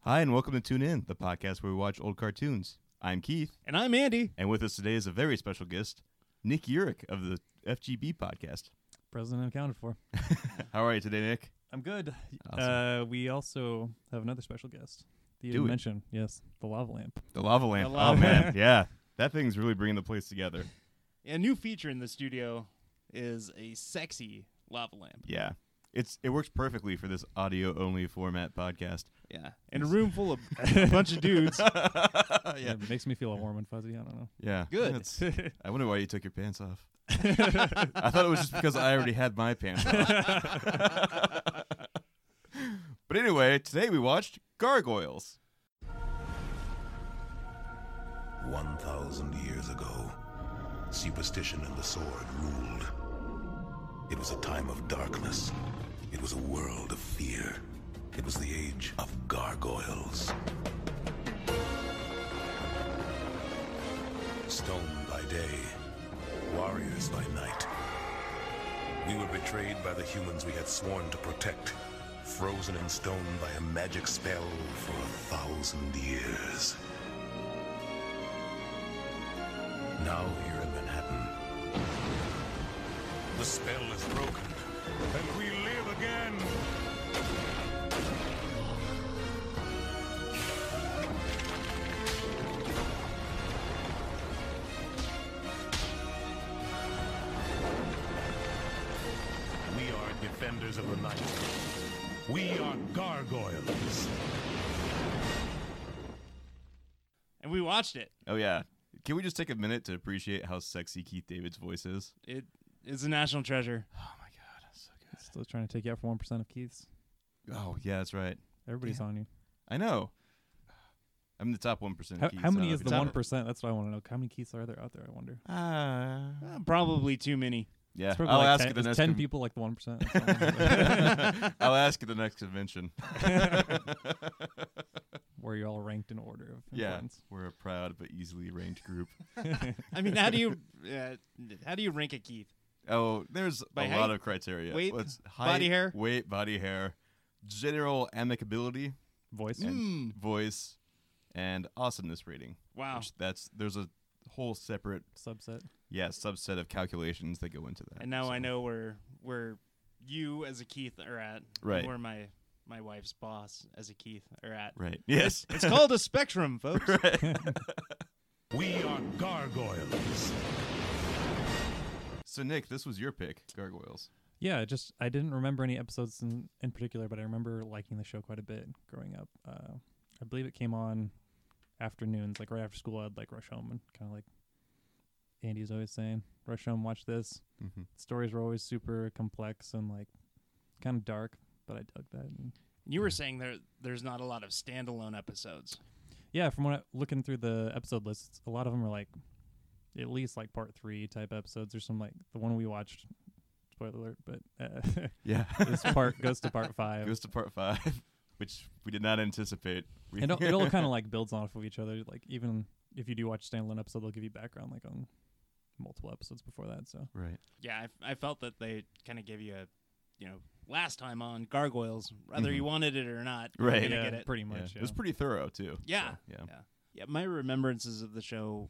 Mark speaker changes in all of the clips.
Speaker 1: Hi, and welcome to Tune In, the podcast where we watch old cartoons. I'm Keith,
Speaker 2: And I'm Andy,
Speaker 1: and with us today is a very special guest, Nick Urich of the FGB podcast.
Speaker 2: president accounted for.
Speaker 1: How are you today, Nick?
Speaker 2: I'm good.
Speaker 1: Awesome.
Speaker 2: Uh, we also have another special guest. The
Speaker 1: Do we?
Speaker 2: mention, yes, the lava lamp.
Speaker 1: The lava lamp.
Speaker 3: The lava
Speaker 1: oh man,
Speaker 3: lamp.
Speaker 1: yeah, that thing's really bringing the place together.
Speaker 3: A new feature in the studio is a sexy lava lamp.
Speaker 1: Yeah, it's it works perfectly for this audio only format podcast.
Speaker 3: Yeah. In a room full of a bunch of dudes.
Speaker 1: Oh, yeah,
Speaker 2: It makes me feel all warm and fuzzy. I don't know.
Speaker 1: yeah,
Speaker 3: Good.
Speaker 1: That's- I wonder why you took your pants off. I thought it was just because I already had my pants off. but anyway, today we watched Gargoyles.
Speaker 4: 1,000 years ago, superstition and the sword ruled. It was a time of darkness. It was a world of fear. It was the age of gargoyles. Stone by day, warriors by night. We were betrayed by the humans we had sworn to protect, frozen in stone by a magic spell for a thousand years. Now here in Manhattan. The spell is broken, and we live again. We are defenders of the night. We are gargoyles.
Speaker 3: and we watched it.
Speaker 1: Oh yeah. Can we just take a minute to appreciate how sexy Keith David's voice is?
Speaker 3: It is a national treasure.
Speaker 1: Oh my god, that's so good.
Speaker 2: Still trying to take you out for one percent of Keith's.
Speaker 1: Oh yeah, that's right.
Speaker 2: Everybody's on you.
Speaker 1: I know. I'm in the top one percent.
Speaker 2: How, how many is the
Speaker 3: Top-
Speaker 2: one percent? That's what I want to know. How many Keiths are there out there? I wonder.
Speaker 1: Ah.
Speaker 3: Uh, probably too many.
Speaker 1: yeah,
Speaker 2: It's probably
Speaker 1: I'll
Speaker 2: like
Speaker 1: ask
Speaker 2: ten,
Speaker 1: at the
Speaker 2: it's
Speaker 1: next.
Speaker 2: ten
Speaker 1: con-
Speaker 2: people like the one percent.
Speaker 1: I'll ask at the next convention.
Speaker 2: Where you're all ranked in order of
Speaker 1: yeah,
Speaker 2: importance.
Speaker 1: we're a proud but easily ranked group.
Speaker 3: I mean, how do you uh, how do you rank a Keith?
Speaker 1: Oh, there's
Speaker 3: By
Speaker 1: a lot
Speaker 3: height,
Speaker 1: of criteria.
Speaker 3: weight,
Speaker 1: What's
Speaker 3: body
Speaker 1: height,
Speaker 3: hair?
Speaker 1: weight, body hair, general amicability,
Speaker 2: Voice.
Speaker 1: and voice, and awesomeness rating.
Speaker 3: Hmm. Wow.
Speaker 1: Which that's there's a whole separate
Speaker 2: Subset.
Speaker 1: yeah subset of calculations that go into that.
Speaker 3: And now I
Speaker 1: so-
Speaker 3: know where where you as a Keith are at. and
Speaker 1: Right.
Speaker 3: Where my my wife's boss as a Keith are at.
Speaker 1: Right. Yes.
Speaker 3: It's called a spectrum, folks.
Speaker 4: We are gargoyles.
Speaker 1: so Nick, this was your pick, Gargoyles.
Speaker 2: Yeah, it just I didn't remember any episodes in, in particular, but I remember liking the show quite a bit growing up. Uh, I believe it came on afternoons, like right after school. I'd like rush home and kind of like Andy's always saying, rush home, watch this.
Speaker 1: Mhm.
Speaker 2: Stories were always super complex and like kind of dark, but I dug that. And
Speaker 3: You were saying there there's not a lot of standalone episodes.
Speaker 2: yeah, from what I, looking through the episode lists, a lot of them are like at least like part three type episodes. There's some like the one we watched. Spoiler alert, but uh,
Speaker 1: Yeah.
Speaker 2: this part goes to part five.
Speaker 1: goes to part five, which we did not anticipate. We
Speaker 2: it all, it all kind of like builds off of each other. Like even if you do watch standalone episode, they'll give you background like on multiple episodes before that. So
Speaker 1: right.
Speaker 3: Yeah, I, I felt that they kind of gave you a, you know, last time on Gargoyles, whether you wanted it or not,
Speaker 1: Mm-hmm. Right.
Speaker 3: you're
Speaker 2: yeah,
Speaker 3: gonna get it.
Speaker 2: pretty
Speaker 1: Yeah.
Speaker 2: much.
Speaker 1: It was pretty thorough too.
Speaker 3: Yeah.
Speaker 1: yeah.
Speaker 3: yeah, yeah. My remembrances of the show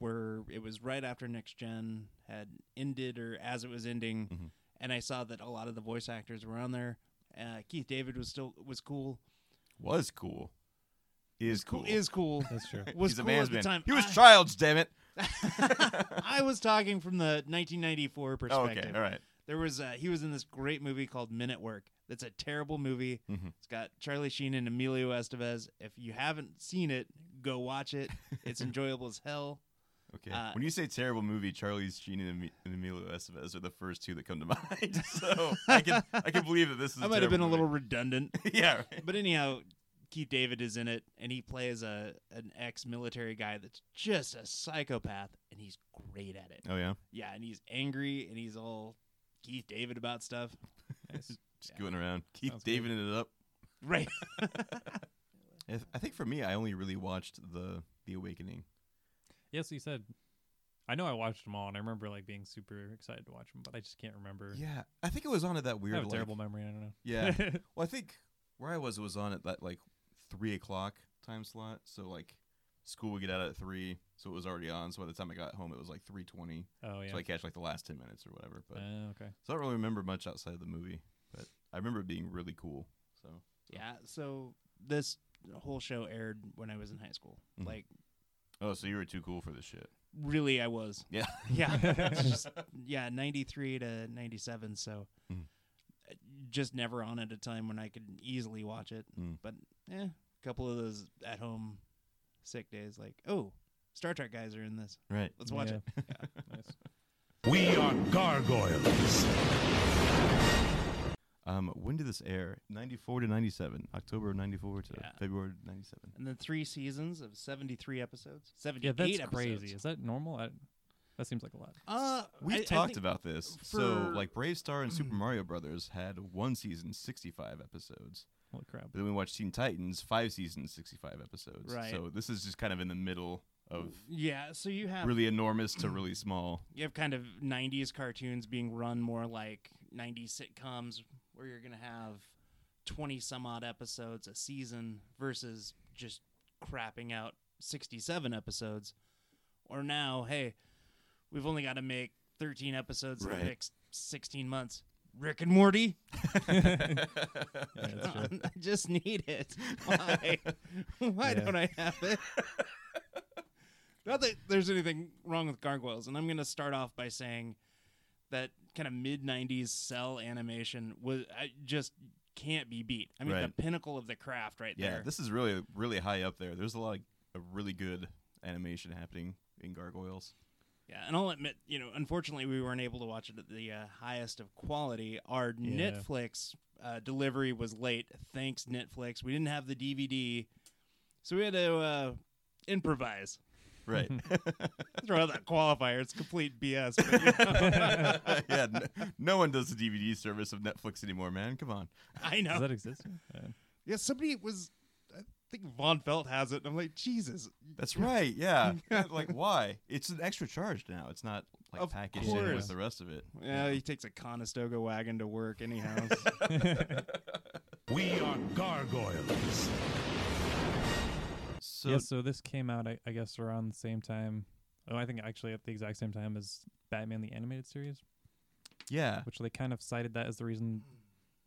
Speaker 3: were it was right after Next Gen had ended or as it was ending,
Speaker 1: Mhm.
Speaker 3: and I saw that a lot of the voice actors were on there. Uh, Keith David was still was cool.
Speaker 1: Was cool. Is cool.
Speaker 3: Is cool.
Speaker 2: That's true.
Speaker 3: Was
Speaker 1: He's a
Speaker 3: cool
Speaker 1: man's
Speaker 3: at the
Speaker 1: man.
Speaker 3: time.
Speaker 1: He was
Speaker 3: I-
Speaker 1: childs, damn it.
Speaker 3: I was talking from the 1994
Speaker 1: Oh,
Speaker 3: perspective.
Speaker 1: okay. All right.
Speaker 3: There was uh, he was in this great movie called Minute Work. That's a terrible movie.
Speaker 1: Mhm.
Speaker 3: It's got Charlie Sheen and Emilio Estevez. If you haven't seen it, go watch it. It's enjoyable as hell.
Speaker 1: Okay.
Speaker 3: Uh,
Speaker 1: when you say terrible movie, Charlie's Sheen and, Emi- and Emilio Estevez are the first two that come to mind. so I can I can believe that this is.
Speaker 3: I might have been a little redundant,
Speaker 1: a little. yeah. Right.
Speaker 3: but anyhow, Keith David is in it, and he plays a an ex-military guy that's just a psychopath, and he's great at it.
Speaker 1: Oh yeah.
Speaker 3: Yeah, and he's angry, and he's all Keith David about stuff.
Speaker 1: Just going around. Keep
Speaker 2: Sounds good.
Speaker 1: Daving it up.
Speaker 3: Right.
Speaker 1: If, I think for me, I only really watched the The Awakening.
Speaker 2: yeah, so you said. I know I watched them all, and I remember like being super excited to watch them, but I just can't remember.
Speaker 1: Yeah, I think it was on at that
Speaker 2: I
Speaker 1: weird.
Speaker 2: have a
Speaker 1: like-
Speaker 2: terrible memory. I don't know.
Speaker 1: Yeah. well, I think where I was it was on at that like three o'clock time slot, so like school would get out at three, so it was already on. So by the time I got home, it was like three twenty.
Speaker 2: Oh yeah.
Speaker 1: So I catch like the last ten minutes or whatever. But
Speaker 2: Uh, okay.
Speaker 1: so I don't really remember much outside of the movie, but I remember it being really cool. So
Speaker 3: Yeah. So this whole show aired when I was in high school.
Speaker 1: Mhm.
Speaker 3: Like,
Speaker 1: oh, so you were too cool for this shit.
Speaker 3: really, I was.
Speaker 1: Yeah.
Speaker 3: Yeah. It's just, yeah. 93 to 97. So
Speaker 2: Hmm.
Speaker 1: Mhm.
Speaker 3: uh, just never on at a time when I could easily watch it.
Speaker 2: Hmm.
Speaker 1: Mm.
Speaker 3: But eh, a couple of those at home sick days, like, oh, Star Trek guys are in this.
Speaker 1: Right.
Speaker 3: Let's watch
Speaker 2: Yeah.
Speaker 3: it.
Speaker 2: Nice.
Speaker 4: We are gargoyles.
Speaker 1: Um, when did this air? Ninety four to ninety seven. October of ninety four to
Speaker 3: Yeah.
Speaker 1: February ninety seven.
Speaker 3: And then three seasons of 73 episodes. 78
Speaker 2: Yeah, that's
Speaker 3: episodes.
Speaker 2: crazy. Is that normal? I, that seems like a lot.
Speaker 3: Uh,
Speaker 1: We've
Speaker 3: I- I
Speaker 1: talked
Speaker 3: think-
Speaker 1: about this. So
Speaker 3: for-
Speaker 1: like Brave Star and Super Mario Brothers had one season, sixty five episodes.
Speaker 2: Holy crap.
Speaker 1: But then we watched Teen Titans, five seasons, sixty five episodes.
Speaker 3: Right.
Speaker 1: So this is just kind of in the middle of
Speaker 3: Yeah, so you have
Speaker 1: really enormous to really small.
Speaker 3: you have kind of 90s cartoons being run more like 90s sitcoms where you're going to have 20 some odd episodes a season versus just crapping out 67 episodes or now hey we've only got to make 13 episodes in
Speaker 1: Right.
Speaker 3: the next 16 months rick and morty
Speaker 2: Yeah, that's true.
Speaker 3: i just need it why why
Speaker 2: Yeah.
Speaker 3: don't i have it not that there's anything wrong with gargoyles and i'm going to start off by saying that kind of mid 90s cell animation was I just can't be beat. I mean
Speaker 1: Right.
Speaker 3: the pinnacle of the craft right
Speaker 1: Yeah,
Speaker 3: there.
Speaker 1: this is really really high up there. There's a lot of, of really good animation happening in Gargoyles.
Speaker 3: yeah, and I'll admit, you know, unfortunately we weren't able to watch it at the uh, highest of quality. Our
Speaker 2: Yeah.
Speaker 3: Netflix uh, delivery was late. Thanks Netflix. We didn't have the DVD. So we had to uh, improvise.
Speaker 1: Right.
Speaker 3: Throw out that qualifier. It's complete BS. But, you know,
Speaker 1: yeah, n- no one does the DVD service of Netflix anymore, man. Come on.
Speaker 3: I know.
Speaker 2: Does that exist? Yeah.
Speaker 3: yeah, somebody was I think Von Felt has it. And I'm like, "Jesus,
Speaker 1: That's right. Yeah. like, why? It's an extra charge now. It's not like
Speaker 3: Of
Speaker 1: packaged in
Speaker 2: course.
Speaker 1: with the rest of it.
Speaker 3: Yeah, he takes a Conestoga wagon to work anyhow.
Speaker 4: We are gargoyles.
Speaker 1: So,
Speaker 2: yeah, so this came out, I, I guess, around the same time. Oh, I think actually at the exact same time as Batman the Animated Series,
Speaker 1: yeah.
Speaker 2: which they kind of cited that as the reason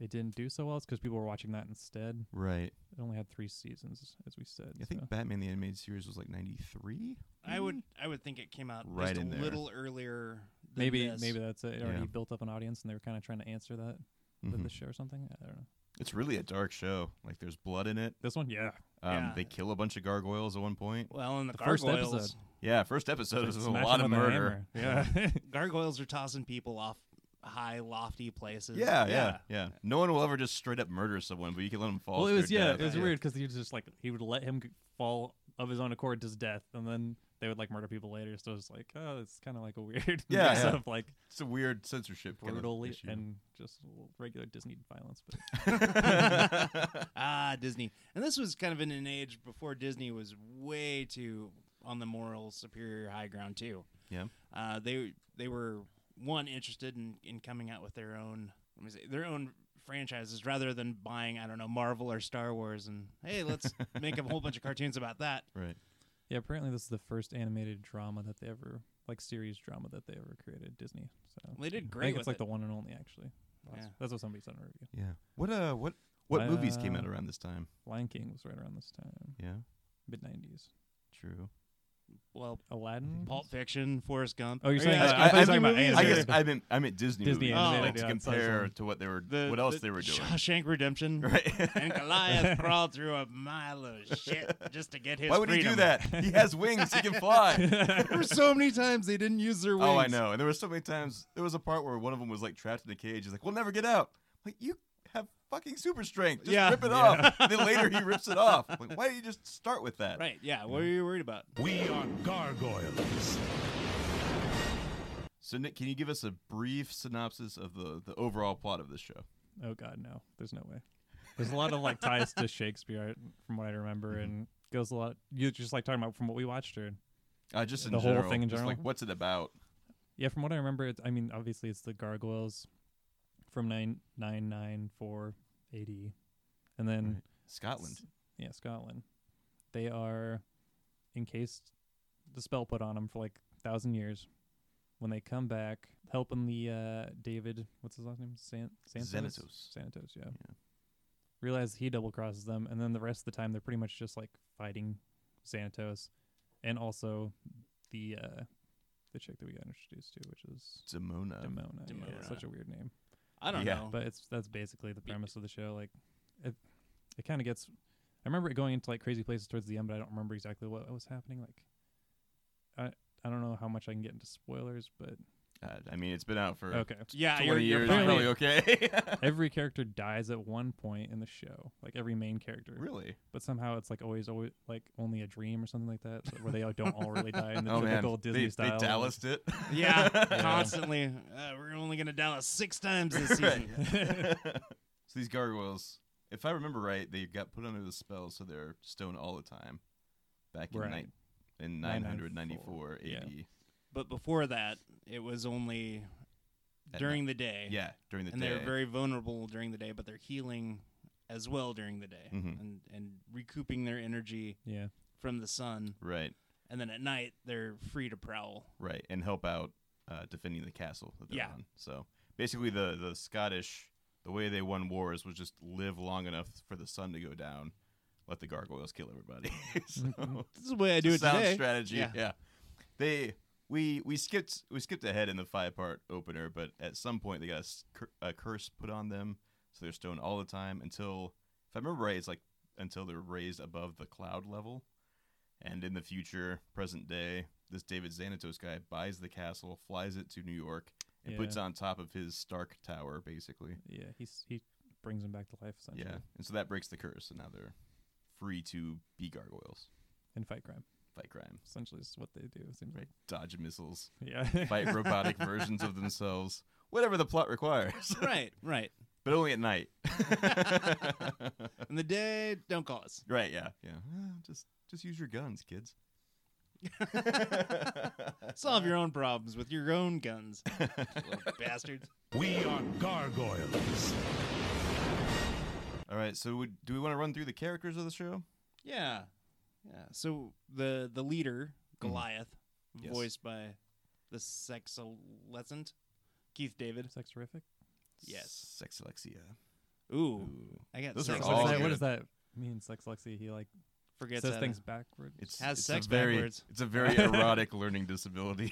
Speaker 2: it didn't do so well. It's because people were watching that instead.
Speaker 1: Right.
Speaker 2: It only had three seasons, as we said.
Speaker 1: I think
Speaker 2: so.
Speaker 1: Batman the Animated Series was like 93.
Speaker 3: I would I would think it came out
Speaker 1: Right
Speaker 3: just a
Speaker 1: in there.
Speaker 3: little earlier. Than
Speaker 2: maybe
Speaker 3: this.
Speaker 2: maybe that's it. It already
Speaker 1: Yeah.
Speaker 2: built up an audience, and they were kind of trying to answer that with
Speaker 1: Mhm.
Speaker 2: this show or something. I don't know.
Speaker 1: It's really a dark show. Like, there's blood in it.
Speaker 2: This one, yeah,
Speaker 1: Um,
Speaker 3: Yeah.
Speaker 1: They kill a bunch of gargoyles at one point.
Speaker 3: well in the,
Speaker 2: the first
Speaker 3: gargoyles.
Speaker 2: episode.
Speaker 1: Yeah, first episode
Speaker 2: Like,
Speaker 1: is a
Speaker 2: smash
Speaker 1: lot of
Speaker 2: him with a
Speaker 1: murder.
Speaker 2: hammer. Yeah,
Speaker 3: Gargoyles are tossing people off high lofty places.
Speaker 1: Yeah, yeah, yeah, No one will ever just straight up murder someone, but you can let them fall.
Speaker 2: Well,
Speaker 1: to
Speaker 2: it was
Speaker 1: their
Speaker 2: yeah,
Speaker 1: death.
Speaker 2: it was weird 'cause weird because he was just like he would let him g- fall of his own accord to his death, and then they would like murder people later. So it's like, oh, it's kind of like a weird
Speaker 1: Yeah,
Speaker 2: mix
Speaker 1: yeah.
Speaker 2: of like
Speaker 1: It's a weird censorship. kind of
Speaker 2: brutal
Speaker 1: issue.
Speaker 2: and just l- regular Disney violence. But
Speaker 3: ah, Disney. And this was kind of in an age before Disney was way too on the moral superior high ground too.
Speaker 1: Yeah.
Speaker 3: Uh, they they were one interested in, in coming out with their own let me say their own franchises rather than buying I don't know Marvel or Star Wars and hey let's make a whole bunch of cartoons about that.
Speaker 1: Right.
Speaker 2: yeah, apparently this is the first animated drama that they ever like series drama that they ever created Disney. So
Speaker 3: They did
Speaker 2: I
Speaker 3: great
Speaker 2: think
Speaker 3: with
Speaker 2: it's like
Speaker 3: it.
Speaker 2: the one and only actually. That's,
Speaker 3: Yeah.
Speaker 2: that's what somebody said in a review.
Speaker 1: Yeah. What uh what what movies came out
Speaker 2: Uh,
Speaker 1: around this time?
Speaker 2: Lion King was right around this time,
Speaker 1: Yeah.
Speaker 2: mid '90s.
Speaker 1: True.
Speaker 3: well,
Speaker 2: Aladdin.
Speaker 3: Pulp Fiction, Forrest Gump.
Speaker 2: Oh, you're
Speaker 3: Are
Speaker 2: saying-
Speaker 3: you asking
Speaker 1: I-
Speaker 3: if
Speaker 1: I-
Speaker 3: there's
Speaker 1: I-
Speaker 3: any
Speaker 2: I-
Speaker 3: movies
Speaker 1: I
Speaker 3: or-
Speaker 1: guess I meant I meant Disney,
Speaker 2: Disney
Speaker 1: movies,
Speaker 3: animated,
Speaker 1: like to
Speaker 2: yeah, that's what I was
Speaker 1: compare
Speaker 2: wondering.
Speaker 1: to what they were
Speaker 3: the,
Speaker 1: what else
Speaker 3: the
Speaker 1: they were doing.
Speaker 3: Shawshank Redemption.
Speaker 1: Right.
Speaker 3: and Goliath crawled through a mile of shit just to get his.
Speaker 1: Why would he do
Speaker 3: freedom.
Speaker 1: that? He has wings. He can fly.
Speaker 3: there were so many times they didn't use their wings.
Speaker 1: oh, I know. And there were so many times. There was a part where one of them was like trapped in a cage. He's like, "We'll never get out." I'm like you have fucking super strength. Just
Speaker 3: Yeah.
Speaker 1: rip it off. And then later he rips it off. I'm like, why did you just start with that?
Speaker 3: Right? Yeah. What are you worried about?
Speaker 4: We are gargoyles.
Speaker 1: So Nick, can you give us a brief synopsis of the the overall plot of this show?
Speaker 2: Oh God, no. There's no way. There's a lot of like ties to Shakespeare, I- from what I remember, and goes a lot. You just like talking about from what we watched, or
Speaker 1: Uh, just in
Speaker 2: The whole
Speaker 1: general,
Speaker 2: thing in
Speaker 1: just,
Speaker 2: general?
Speaker 1: like what's it about?
Speaker 2: yeah, from what I remember, it's, I mean, obviously it's the gargoyles from nine nine nine four eighty, and then
Speaker 1: Scotland.
Speaker 2: s- yeah, Scotland, they are encased the spell put on them for like thousand years. When they come back, helping the uh, David, what's his last name? San- Santos.
Speaker 1: Xanatos.
Speaker 2: Xanatos, yeah.
Speaker 1: Yeah.
Speaker 2: Realize he double crosses them, and then the rest of the time they're pretty much just like fighting Xanatos, and also the uh, the chick that we got introduced to, which is
Speaker 1: Demona.
Speaker 2: Demona. yeah, it's
Speaker 3: Demona.
Speaker 2: such a weird name.
Speaker 3: I don't
Speaker 1: Yeah.
Speaker 3: know.
Speaker 2: But it's that's basically the
Speaker 3: Yeah.
Speaker 2: premise of the show. Like, it it kind of gets. I remember it going into like crazy places towards the end, but I don't remember exactly what was happening. Like, I I don't know how much I can get into spoilers, but
Speaker 1: Uh, I mean, it's been out for
Speaker 2: okay. Ah,
Speaker 3: yeah,
Speaker 1: 20
Speaker 3: you're, you're
Speaker 1: years.
Speaker 3: fine.
Speaker 1: You're probably okay.
Speaker 2: Every character dies at one point in the show, like every main character.
Speaker 1: really?
Speaker 2: But somehow it's like always, always like only a dream or something like that, so- where they all don't all really die in the
Speaker 1: oh man,
Speaker 2: typical Disney
Speaker 1: they,
Speaker 2: style.
Speaker 1: they Dallased it.
Speaker 3: Yeah, constantly. Uh, we're only gonna Dallas six times this
Speaker 1: Right.
Speaker 3: season.
Speaker 1: so these gargoyles, if I remember right, they got put under the spell, so they're stoned all the time. Back in
Speaker 2: Right.
Speaker 1: nine in
Speaker 2: 994,
Speaker 1: 994
Speaker 2: yeah.
Speaker 1: AD.
Speaker 3: But before that, it was only
Speaker 1: At
Speaker 3: during the day.
Speaker 1: Yeah, during the
Speaker 3: and
Speaker 1: day.
Speaker 3: they're very vulnerable during the day, but they're healing as well during the day
Speaker 1: Mhm.
Speaker 3: and and recouping their energy
Speaker 2: yeah,
Speaker 3: from the sun.
Speaker 1: right,
Speaker 3: And then at night, they're free to prowl.
Speaker 1: right, and help out uh, defending the castle that they're
Speaker 3: Yeah.
Speaker 1: on. So basically, the the Scottish, the way they won wars was just live long enough for the sun to go down, let the gargoyles kill everybody. so,
Speaker 3: This is the way I do it
Speaker 1: sound
Speaker 3: today.
Speaker 1: strategy. Yeah.
Speaker 3: Yeah.
Speaker 1: they we we skipped we skipped ahead in the five part opener, but at some point they got a s- cur- a, curse put on them, so they're stoned all the time until, if I remember right, it's like until they're raised above the cloud level, and in the future, present day, this David Xanatos guy buys the castle, flies it to New York, and
Speaker 2: Yeah.
Speaker 1: puts it on top of his Stark Tower, basically.
Speaker 2: yeah. He's he brings them back to life essentially
Speaker 1: Yeah, and so that breaks the curse, and now they're free to be gargoyles,
Speaker 2: and fight crime.
Speaker 1: fight crime,
Speaker 2: Essentially, is what they do. it seems
Speaker 1: right,
Speaker 2: like.
Speaker 1: dodge missiles.
Speaker 2: Yeah.
Speaker 1: fight robotic versions of themselves, whatever the plot requires,
Speaker 3: right, right.
Speaker 1: but only at night.
Speaker 3: In the day, don't call us.
Speaker 1: right? Yeah, yeah. Uh, Just just use your guns, kids.
Speaker 3: Solve your own problems with your own guns, little bastards.
Speaker 4: We are gargoyles.
Speaker 1: All right. So would, do we want to run through the characters of the show?
Speaker 3: Yeah, yeah. So the the leader Goliath,
Speaker 1: Mm. Yes.
Speaker 3: voiced by the sexolescent Keith David.
Speaker 2: Sex terrific.
Speaker 3: Yes.
Speaker 1: Sexalexia.
Speaker 3: Ooh,
Speaker 1: Ooh.
Speaker 3: I got
Speaker 1: Those are
Speaker 3: sex.
Speaker 1: It's
Speaker 2: What
Speaker 1: all
Speaker 2: does that- what
Speaker 1: good.
Speaker 2: does that mean? Sex Lexi, he like
Speaker 3: Forgets
Speaker 2: says
Speaker 3: how to-
Speaker 2: things backwards.
Speaker 1: It's
Speaker 3: Has
Speaker 1: it's
Speaker 3: sex
Speaker 1: a very,
Speaker 3: backwards.
Speaker 1: It's a very erotic learning disability.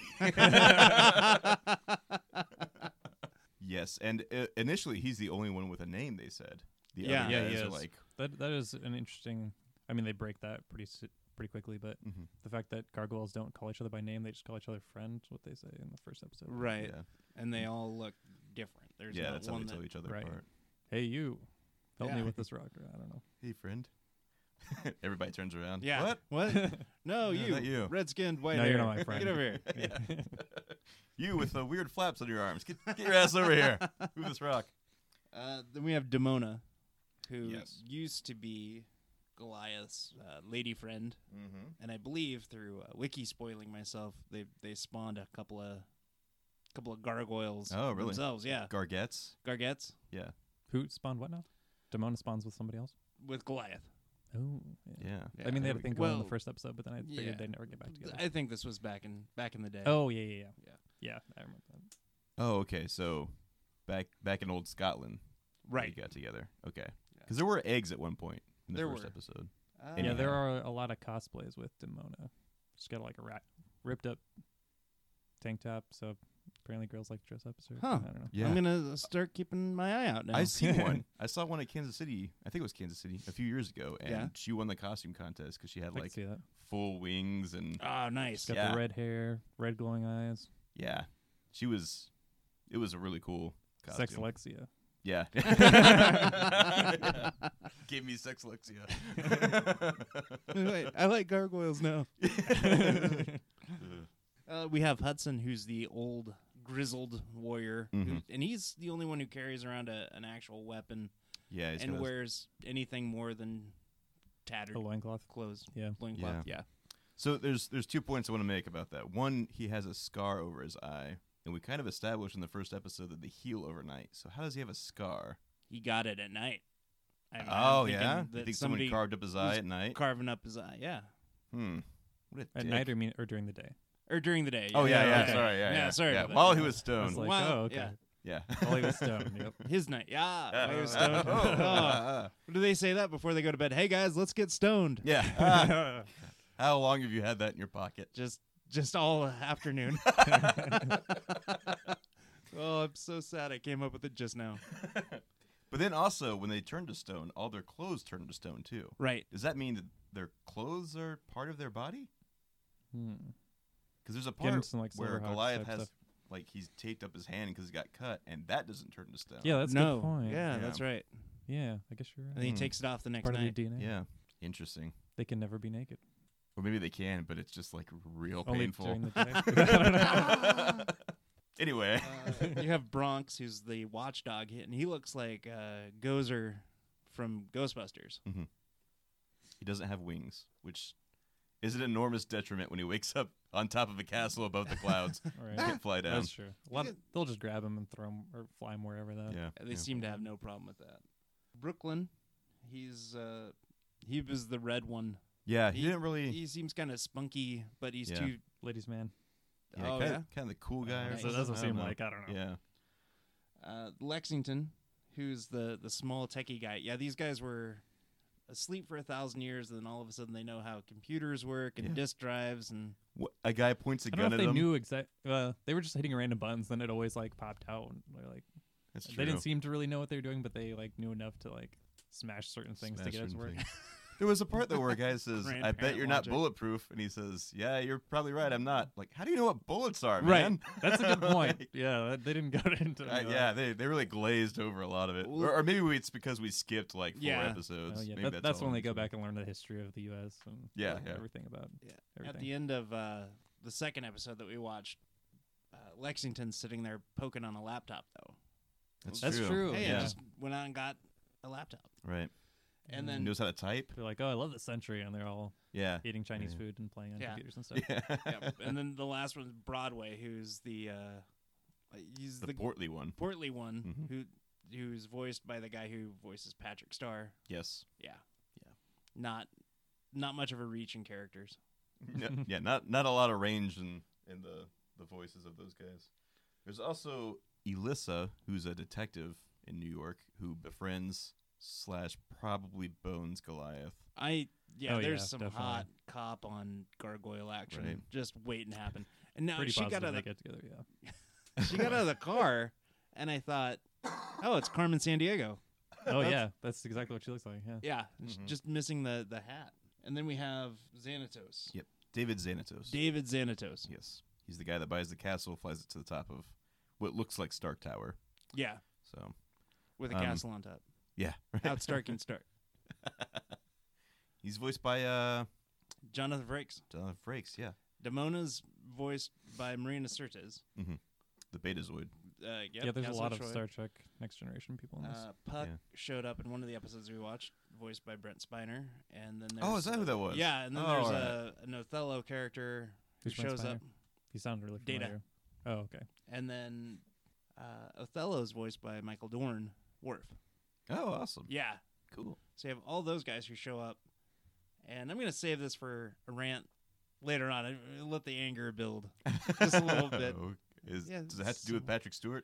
Speaker 1: yes, and uh, initially he's the only one with a name. They said. The
Speaker 3: Yeah.
Speaker 1: other
Speaker 2: Yeah, he
Speaker 1: guys are
Speaker 2: is.
Speaker 1: like
Speaker 2: that that is an interesting. I mean, they break that pretty s pretty quickly, but
Speaker 1: Mhm.
Speaker 2: the fact that gargoyles don't call each other by name, they just call each other friend. is What they say in the first episode.
Speaker 3: right?
Speaker 1: yeah,
Speaker 3: And they all look different. There's
Speaker 1: yeah.
Speaker 3: not
Speaker 1: That's how
Speaker 3: one
Speaker 1: they
Speaker 3: that
Speaker 1: tell each other
Speaker 2: Right.
Speaker 1: apart.
Speaker 2: Hey, you. Help me
Speaker 3: Yeah.
Speaker 2: with this rock. Or I don't know.
Speaker 1: Hey, friend. Everybody turns around.
Speaker 3: Yeah.
Speaker 1: What?
Speaker 3: What? No,
Speaker 1: No,
Speaker 3: you.
Speaker 1: not you.
Speaker 3: Red skinned white.
Speaker 2: No, you're
Speaker 3: hair.
Speaker 2: not my friend.
Speaker 3: Get over here.
Speaker 1: You with the weird flaps on your arms. Get, get your ass over here. Move this rock.
Speaker 3: Uh, then we have Demona, who
Speaker 1: Yes.
Speaker 3: used to be Goliath's uh, lady friend,
Speaker 1: Mm-hmm.
Speaker 3: and I believe through uh, wiki spoiling myself, they they spawned a couple of couple of gargoyles.
Speaker 1: Oh, really?
Speaker 3: Themselves, yeah.
Speaker 1: Gargettes.
Speaker 3: Gargettes
Speaker 1: Yeah.
Speaker 2: Who spawned what now? Demona spawns with somebody else.
Speaker 3: with Goliath.
Speaker 2: Oh, yeah.
Speaker 1: Yeah.
Speaker 2: I mean,
Speaker 1: there
Speaker 2: they had a
Speaker 1: we
Speaker 2: thing
Speaker 3: go.
Speaker 2: going in the
Speaker 3: Well,
Speaker 2: first episode, but then I figured
Speaker 3: yeah.
Speaker 2: they'd never get back together.
Speaker 3: I think this was back in back in the day.
Speaker 2: oh yeah, yeah, yeah,
Speaker 3: Yeah.
Speaker 2: yeah. I remember that.
Speaker 1: Oh, okay. So back back in old Scotland,
Speaker 3: right.
Speaker 1: they got together. Okay. Because there were eggs at one point in the
Speaker 3: There
Speaker 1: first
Speaker 3: were.
Speaker 1: episode.
Speaker 3: Uh,
Speaker 1: Yeah.
Speaker 2: Yeah, there
Speaker 1: Yeah.
Speaker 2: are a lot of cosplays with Demona. She's got like a rat, ripped up tank top, so apparently girls like to dress up as her.
Speaker 3: Huh.
Speaker 2: I don't know.
Speaker 1: Yeah.
Speaker 3: I'm gonna start keeping my eye out now.
Speaker 1: I seen one. I saw one at Kansas City. I think it was Kansas City a few years ago, and
Speaker 3: Yeah.
Speaker 1: she won the costume contest because she had
Speaker 2: I can
Speaker 1: like
Speaker 2: see that.
Speaker 1: full wings and
Speaker 3: Oh, nice.
Speaker 2: She's got
Speaker 1: yeah.
Speaker 2: the red hair, red glowing eyes,
Speaker 1: yeah, she was. It was a really cool costume.
Speaker 2: sex Alexia.
Speaker 1: Yeah. Gave me sexlexia.
Speaker 3: Wait, I like gargoyles now. Uh, we have Hudson, who's the old grizzled warrior, who,
Speaker 1: Mhm.
Speaker 3: and he's the only one who carries around a, an actual weapon
Speaker 1: yeah, he's
Speaker 3: and
Speaker 1: kinda-
Speaker 3: wears anything more than tattered
Speaker 2: The loincloth.
Speaker 3: clothes,
Speaker 2: Yeah.
Speaker 3: loincloth. Yeah.
Speaker 1: So there's there's two points I want to make about that. One, he has a scar over his eye, and we kind of established in the first episode that they heal overnight. So how does he have a scar?
Speaker 3: he got it at night. I'm,
Speaker 1: oh
Speaker 3: I'm thinking
Speaker 1: yeah, you
Speaker 3: that
Speaker 1: think someone
Speaker 3: somebody
Speaker 1: carved up his eye
Speaker 3: was
Speaker 1: at night?
Speaker 3: carving up his eye. Yeah,
Speaker 1: hmm. What a
Speaker 2: At
Speaker 1: dick.
Speaker 2: night or, mean, or during the day?
Speaker 3: or during the day.
Speaker 1: Oh yeah, yeah.
Speaker 3: okay.
Speaker 1: Sorry, yeah, yeah.
Speaker 3: sorry. about that.
Speaker 1: While he
Speaker 3: Yeah.
Speaker 1: was
Speaker 2: I
Speaker 1: stoned.
Speaker 2: was like,
Speaker 3: Wow,
Speaker 2: oh, okay.
Speaker 3: yeah.
Speaker 1: yeah.
Speaker 2: While he was stoned, yep.
Speaker 3: his night. Yeah, while he was
Speaker 1: Uh,
Speaker 3: stoned.
Speaker 1: oh,
Speaker 3: Oh.
Speaker 1: uh, uh.
Speaker 3: Do they say that before they go to bed? Hey guys, let's get stoned.
Speaker 1: Yeah. Ah. how long have you had that in your pocket?
Speaker 3: Just just all afternoon. oh, I'm so sad I came up with it just now.
Speaker 1: But then also, when they turn to stone, all their clothes turn to stone too.
Speaker 3: Right.
Speaker 1: Does that mean that their clothes are part of their body?
Speaker 2: Hmm.
Speaker 1: Because there's a
Speaker 2: Get
Speaker 1: part
Speaker 2: into some, like,
Speaker 1: where
Speaker 2: Silverhawks
Speaker 1: Goliath
Speaker 2: type
Speaker 1: has,
Speaker 2: stuff.
Speaker 1: like, he's taped up his hand because he got cut, and that doesn't turn to stone.
Speaker 2: Yeah, that's a
Speaker 3: no.
Speaker 2: good point.
Speaker 3: Yeah,
Speaker 1: Yeah.
Speaker 3: that's right.
Speaker 2: Yeah, I guess you're right.
Speaker 3: And then he
Speaker 1: Hmm.
Speaker 3: takes it off the next
Speaker 2: Part of
Speaker 3: night.
Speaker 2: your DNA.
Speaker 1: Yeah. Interesting.
Speaker 2: They can never be naked.
Speaker 1: Or maybe they can, but it's just like real
Speaker 2: Only
Speaker 1: painful.
Speaker 2: during the day. I don't know.
Speaker 1: anyway,
Speaker 3: you have Bronx, who's the watchdog hit, and he looks like uh, Gozer from Ghostbusters.
Speaker 1: he doesn't have wings, which is an enormous detriment when he wakes up on top of a castle above the clouds.
Speaker 2: All
Speaker 1: He
Speaker 2: right.
Speaker 1: can't fly down.
Speaker 2: That's true. A lot of- they'll just grab him and throw him or fly him wherever though.
Speaker 1: Yeah.
Speaker 3: They
Speaker 1: yeah.
Speaker 3: seem to have no problem with that. Brooklyn, he's uh, he was the red one.
Speaker 1: Yeah, he,
Speaker 3: He-
Speaker 1: didn't really.
Speaker 3: He seems kind of spunky, but he's
Speaker 1: Hmm. Yeah.
Speaker 3: too.
Speaker 2: Ladies man.
Speaker 1: yeah,
Speaker 3: oh,
Speaker 1: kind,
Speaker 3: yeah.
Speaker 1: Of, kind of the cool guy. or
Speaker 3: Nice.
Speaker 2: So
Speaker 1: something.
Speaker 2: that's
Speaker 1: I
Speaker 2: what
Speaker 1: don't
Speaker 2: seemed
Speaker 1: know.
Speaker 2: like. I don't know.
Speaker 1: Yeah.
Speaker 3: Uh, Lexington, who's the the small techie guy. Yeah, these guys were asleep for a thousand years, and then all of a sudden they know how computers work and
Speaker 1: Yeah.
Speaker 3: disk drives, and
Speaker 1: Wh- A guy points a
Speaker 2: I don't
Speaker 1: gun
Speaker 2: know
Speaker 1: at
Speaker 2: if they
Speaker 1: him.
Speaker 2: knew exact. Uh, they were just hitting random buttons, then it always like popped out. And they're like
Speaker 1: That's true.
Speaker 2: they didn't seem to really know what they were doing, but they like knew enough to like smash certain things
Speaker 1: Smash
Speaker 2: to get it to
Speaker 1: certain
Speaker 2: work.
Speaker 1: things. There was a part though where a guy says, "I bet
Speaker 3: Grandparent
Speaker 1: you're not
Speaker 3: logic.
Speaker 1: bulletproof," and he says, "Yeah, you're probably right. I'm not." Like, how do you know what bullets are,
Speaker 2: Right.
Speaker 1: man?
Speaker 2: That's a good point.
Speaker 1: Like,
Speaker 2: yeah, that, they didn't go into.
Speaker 1: uh,
Speaker 2: any of
Speaker 1: yeah,
Speaker 2: that.
Speaker 1: they they really glazed over a lot of it,
Speaker 3: Well-
Speaker 1: or, or maybe we, it's because we skipped like four
Speaker 3: Yeah.
Speaker 1: episodes.
Speaker 2: Oh, yeah,
Speaker 1: Maybe
Speaker 2: that- that's
Speaker 1: all
Speaker 2: when
Speaker 1: it
Speaker 2: they go
Speaker 1: is.
Speaker 2: back and learn the history of the U.S. and
Speaker 1: Yeah,
Speaker 2: like,
Speaker 1: yeah.
Speaker 2: everything about
Speaker 3: Yeah.
Speaker 2: everything.
Speaker 3: At the end of uh, the second episode that we watched, uh, Lexington's sitting there poking on a laptop, though.
Speaker 2: That's true.
Speaker 3: Hey,
Speaker 1: yeah,
Speaker 3: I just went out and got a laptop.
Speaker 1: right.
Speaker 3: And
Speaker 1: He
Speaker 3: then,
Speaker 1: knows how to type.
Speaker 2: They're like, oh, I love this century, and they're all
Speaker 1: Yeah.
Speaker 2: eating Chinese
Speaker 1: Yeah.
Speaker 2: food and playing on
Speaker 3: Yeah.
Speaker 2: computers and stuff.
Speaker 1: Yeah.
Speaker 3: yeah, and then the last one's Broadway, who's the uh, he's
Speaker 1: the,
Speaker 3: the,
Speaker 1: portly one.
Speaker 3: portly one
Speaker 1: Mhm.
Speaker 3: who who's voiced by the guy who voices Patrick Starr.
Speaker 1: Yes.
Speaker 3: Yeah,
Speaker 1: Yeah.
Speaker 3: not not much of a reach in characters.
Speaker 1: No, yeah, not not a lot of range in in the the voices of those guys. There's also Elissa, who's a detective in New York, who befriends slash probably bones Goliath.
Speaker 3: I yeah,
Speaker 2: Oh,
Speaker 3: there's
Speaker 2: yeah,
Speaker 3: some
Speaker 2: definitely.
Speaker 3: hot cop on gargoyle action
Speaker 1: Right.
Speaker 3: just waiting to happen. And now
Speaker 2: Pretty
Speaker 3: she
Speaker 2: positive
Speaker 3: got out
Speaker 2: they
Speaker 3: of
Speaker 2: get together. Yeah.
Speaker 3: the, she got out of the car, and I thought, oh, it's Carmen San Diego.
Speaker 2: Oh yeah, that's exactly what she looks like. Yeah.
Speaker 3: Yeah, j-
Speaker 2: Mm-hmm.
Speaker 1: Mhm.
Speaker 3: just missing the the hat. And then we have Xanatos,
Speaker 1: Yep, David Xanatos.
Speaker 3: David Xanatos.
Speaker 1: yes, he's the guy that buys the castle, flies it to the top of what looks like Stark Tower.
Speaker 3: Yeah,
Speaker 1: So
Speaker 3: with a
Speaker 1: Um,
Speaker 3: castle on top.
Speaker 1: yeah, right.
Speaker 3: Out Stark and Stark.
Speaker 1: He's voiced by uh
Speaker 3: Jonathan Frakes.
Speaker 1: Jonathan Frakes. Yeah,
Speaker 3: Damona's voiced by Marina Sirtis.
Speaker 1: the Betazoid.
Speaker 3: Uh, yep,
Speaker 2: yeah, there's a
Speaker 3: Castle
Speaker 2: lot of
Speaker 3: Troy.
Speaker 2: Star Trek Next Generation people in this.
Speaker 3: Uh, Puck
Speaker 1: Yeah.
Speaker 3: showed up in one of the episodes we watched, voiced by Brent Spiner, and then there's
Speaker 1: Oh, is that who
Speaker 3: uh,
Speaker 1: that was?
Speaker 3: Yeah, and then
Speaker 1: Oh,
Speaker 3: there's
Speaker 1: all right.
Speaker 3: a, an Othello character who
Speaker 2: Who's Brent
Speaker 3: shows
Speaker 2: Spiner?
Speaker 3: up,
Speaker 2: you sound really
Speaker 3: Data.
Speaker 2: familiar. Oh okay.
Speaker 3: and then uh, Othello's voiced by Michael Dorn Worf.
Speaker 1: Oh, awesome.
Speaker 3: Yeah,
Speaker 1: Cool.
Speaker 3: so you have all those guys who show up, and I'm gonna save this for a rant later on. I, I let the anger build. Just a little bit.
Speaker 1: Oh, is-
Speaker 3: Yeah,
Speaker 1: does it have to do with
Speaker 3: so-
Speaker 1: Patrick Stewart?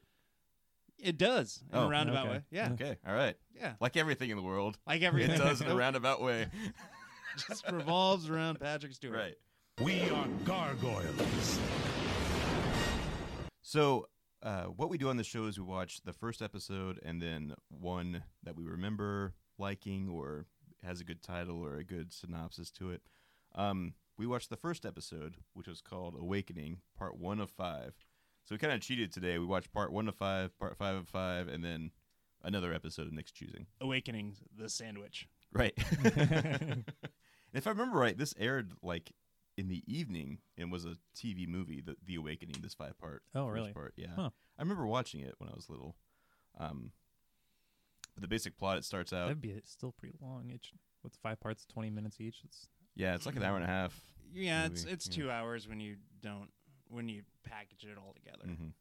Speaker 3: It does in
Speaker 1: Oh,
Speaker 3: a roundabout
Speaker 2: okay.
Speaker 3: way. Yeah,
Speaker 1: Okay, all right.
Speaker 3: yeah,
Speaker 1: Like everything in the world,
Speaker 3: like everything.
Speaker 1: it does in a roundabout way.
Speaker 3: just revolves around Patrick Stewart.
Speaker 1: right.
Speaker 4: We are gargoyles.
Speaker 1: So, uh, what we do on the show is we watch the first episode and then one that we remember liking or has a good title or a good synopsis to it. Um, we watched the first episode, which was called Awakening, part one of five. So, we kind of cheated today. We watched part one of five, part five of five, and then another episode of Nick's Choosing.
Speaker 3: Awakening the sandwich.
Speaker 1: Right. if I remember right, this aired like in the evening and was a TV movie, The, the Awakening, this five part.
Speaker 2: Oh,
Speaker 1: first
Speaker 2: really?
Speaker 1: Part. Yeah.
Speaker 2: Huh.
Speaker 1: I remember watching it when I was little. Um, but the basic plot it starts
Speaker 3: Oh.
Speaker 1: out.
Speaker 2: That'd be it's still pretty long. Each what's five parts, twenty minutes each. It's
Speaker 1: yeah, it's like an hour and a half.
Speaker 3: Yeah, it's
Speaker 1: Movie,
Speaker 3: it's
Speaker 1: yeah.
Speaker 3: two hours when you don't when you
Speaker 1: Mm. Mm-hmm.
Speaker 3: package it all together.
Speaker 1: Mhm.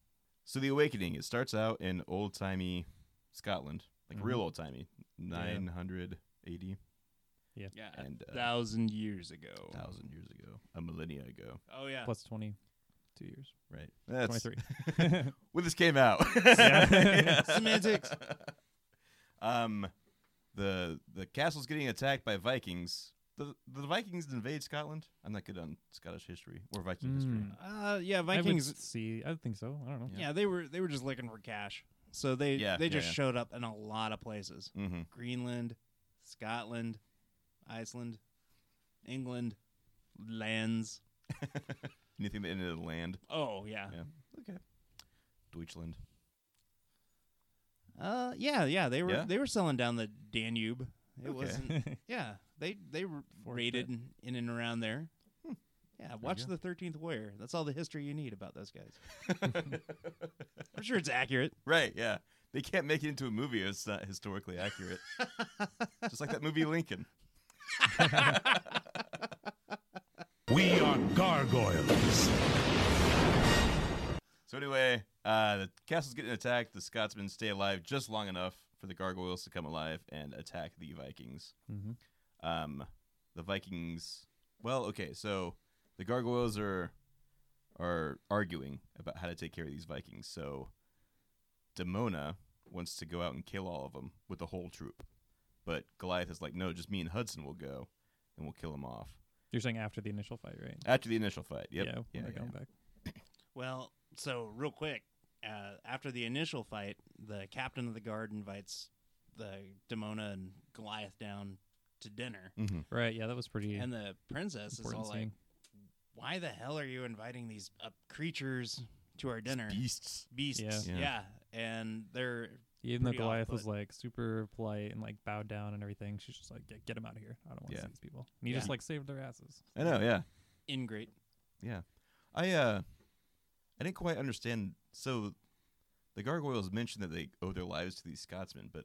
Speaker 1: So the Awakening it starts out in old timey Scotland, like
Speaker 2: Mhm.
Speaker 1: real old timey, nine hundred eighty
Speaker 3: Yeah,
Speaker 1: and
Speaker 3: a
Speaker 1: uh,
Speaker 3: thousand years ago.
Speaker 1: thousand years ago, a millennia ago,
Speaker 3: Oh yeah.
Speaker 2: plus 22 years.
Speaker 1: right? That's
Speaker 2: 23.
Speaker 1: when this came out.
Speaker 2: Yeah.
Speaker 3: Semantics.
Speaker 1: Um, the the castle's getting attacked by Vikings. The the Vikings invade Scotland. I'm not good on Scottish history or Viking history.
Speaker 2: Mm.
Speaker 3: Uh, yeah,
Speaker 2: I
Speaker 3: Vikings.
Speaker 2: would see. I would think so. I don't know.
Speaker 1: Yeah.
Speaker 3: Yeah, they were they were just looking for cash, so they
Speaker 1: Yeah,
Speaker 3: they
Speaker 1: yeah,
Speaker 3: just
Speaker 1: yeah.
Speaker 3: showed up in a lot of places:
Speaker 1: Mm-hmm.
Speaker 3: Greenland, Scotland, Iceland, England, lands.
Speaker 1: Mm-hmm. Anything that ended in land.
Speaker 3: Oh yeah.
Speaker 1: Yeah. Uh, Okay. Deutschland.
Speaker 3: Uh, yeah, yeah. They were
Speaker 1: Yeah?
Speaker 3: they were selling down the Danube.
Speaker 1: Okay.
Speaker 3: It wasn't. Yeah, they they were
Speaker 2: Forged
Speaker 3: raided
Speaker 2: it. Hmm.
Speaker 3: in, in and around there. Yeah, watch
Speaker 1: go.
Speaker 3: the Thirteenth Warrior. That's all the history you need about those guys. I'm sure it's accurate.
Speaker 1: Right. Yeah. They can't make it into a movie. if It's not historically accurate. Just like that movie Lincoln.
Speaker 4: We are gargoyles.
Speaker 1: So anyway, uh, the castle's getting attacked. The Scotsmen stay alive just long enough for the gargoyles to come alive and attack the Vikings.
Speaker 2: Mm-hmm.
Speaker 1: um the Vikings well okay so the gargoyles are are arguing about how to take care of these Vikings so Demona wants to go out and kill all of them with the whole troop but Goliath is like no just me and Hudson will go and we'll kill them off
Speaker 2: You're saying after the initial fight, right?
Speaker 1: after the initial fight yep
Speaker 2: Yeah. When
Speaker 1: yeah,
Speaker 2: they're
Speaker 1: yeah.
Speaker 2: going back.
Speaker 3: Well, so real quick, uh, after the initial fight, the captain of the guard invites the Demona and Goliath down to dinner,
Speaker 1: Mhm.
Speaker 2: Right. Yeah, that was pretty
Speaker 3: and the princess
Speaker 2: important
Speaker 3: is all like,
Speaker 2: scene.
Speaker 3: "Why the hell are you inviting these uh, creatures to our dinner?"
Speaker 1: beasts
Speaker 3: Beasts,
Speaker 1: Yeah.
Speaker 3: yeah, and they're
Speaker 2: Even though
Speaker 3: pretty off,
Speaker 2: Goliath was
Speaker 3: but-
Speaker 2: like super polite and like bowed down and everything, she's just like, "Yeah, get him out of here. I don't want to
Speaker 1: Yeah.
Speaker 2: see these people." And he
Speaker 3: Yeah.
Speaker 2: just like saved their asses.
Speaker 1: I know yeah
Speaker 3: ingrate.
Speaker 1: Yeah. I uh I didn't quite understand so the gargoyles mentioned that they owe their lives to these Scotsmen, but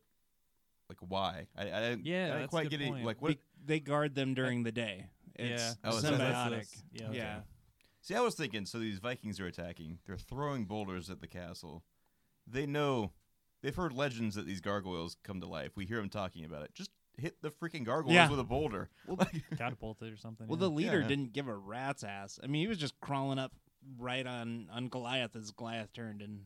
Speaker 1: like why? I, I didn't
Speaker 2: Yeah,
Speaker 1: I didn't
Speaker 2: that's a
Speaker 1: quite
Speaker 2: good
Speaker 1: get it
Speaker 2: point.
Speaker 1: like what
Speaker 3: Be- they guard them during the day. It's
Speaker 1: Oh, it's-
Speaker 3: symbiotic.
Speaker 2: that's- yeah, okay.
Speaker 3: yeah.
Speaker 1: See I was thinking so these Vikings are attacking, they're throwing boulders at the castle. They know they've heard legends that these gargoyles come to life. We hear them talking about it. Just hit the freaking gargoyles
Speaker 3: Yeah.
Speaker 1: with a boulder.
Speaker 2: catapulted or something.
Speaker 3: Well,
Speaker 2: yeah.
Speaker 3: the leader
Speaker 1: yeah.
Speaker 3: didn't give a rat's ass. I mean, he was just crawling up right on on Goliath as Goliath turned, and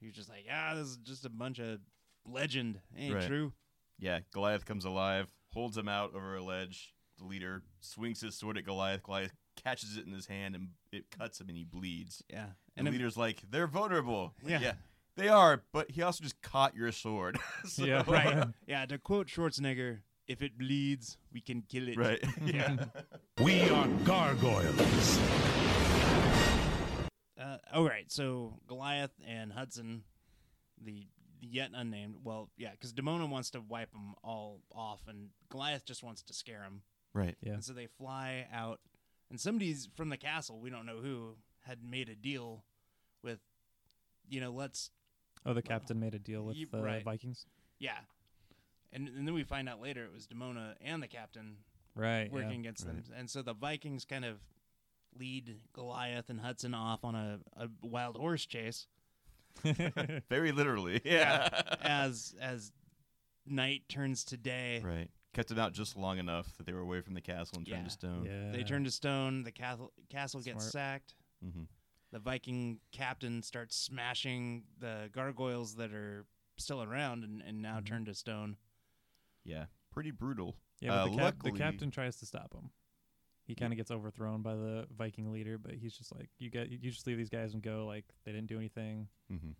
Speaker 3: he was just like, "Ah, this is just a bunch of legend. Ain't
Speaker 1: Right.
Speaker 3: true."
Speaker 1: Yeah, Goliath comes alive, holds him out over a ledge. The leader swings his sword at Goliath. Goliath catches it in his hand and it cuts him and he bleeds.
Speaker 3: Yeah,
Speaker 1: And
Speaker 3: and
Speaker 1: the
Speaker 3: im-
Speaker 1: leader's like, they're vulnerable. Like,
Speaker 3: Yeah.
Speaker 1: They are, but he also just caught your sword. So-
Speaker 2: Yeah.
Speaker 3: right, yeah. To quote Schwarzenegger, "If it bleeds, we can kill it."
Speaker 1: Right. Yeah.
Speaker 4: We are gargoyles.
Speaker 3: Uh, all right. So Goliath and Hudson, the yet unnamed. Well, yeah, because Demona wants to wipe them all off, and Goliath just wants to scare him.
Speaker 1: right.
Speaker 2: Yeah.
Speaker 3: And so they fly out, and somebody's from the castle, we don't know who, had made a deal with, you know, let's,
Speaker 2: oh, the captain made a deal with
Speaker 3: You-
Speaker 2: the
Speaker 3: right.
Speaker 2: Vikings.
Speaker 3: yeah. And, and then we find out later it was Demona and the captain
Speaker 2: Right.
Speaker 3: working against them.
Speaker 1: right.
Speaker 3: And so the Vikings kind of lead Goliath and Hudson off on a, a wild horse chase
Speaker 2: Yeah.
Speaker 1: Very literally. Yeah.
Speaker 3: as as night turns to day.
Speaker 1: right. Kept him out just long enough that they were away from the castle and turned
Speaker 3: Yeah.
Speaker 1: to stone.
Speaker 3: They turn to stone, the castle, castle gets
Speaker 2: Smart.
Speaker 3: sacked.
Speaker 1: hmm
Speaker 3: the Viking captain starts smashing the gargoyles that are still around and, and now
Speaker 1: Mm-hmm.
Speaker 2: Mhm.
Speaker 3: turned to stone.
Speaker 1: Yeah. Pretty brutal.
Speaker 2: Yeah, but
Speaker 1: Uh,
Speaker 2: the, cap-
Speaker 1: luckily-
Speaker 2: the captain tries to stop him. He kind of gets overthrown by the Viking leader, but he's just like, "You get, you just leave these guys and go. Like they didn't do anything.
Speaker 1: hmm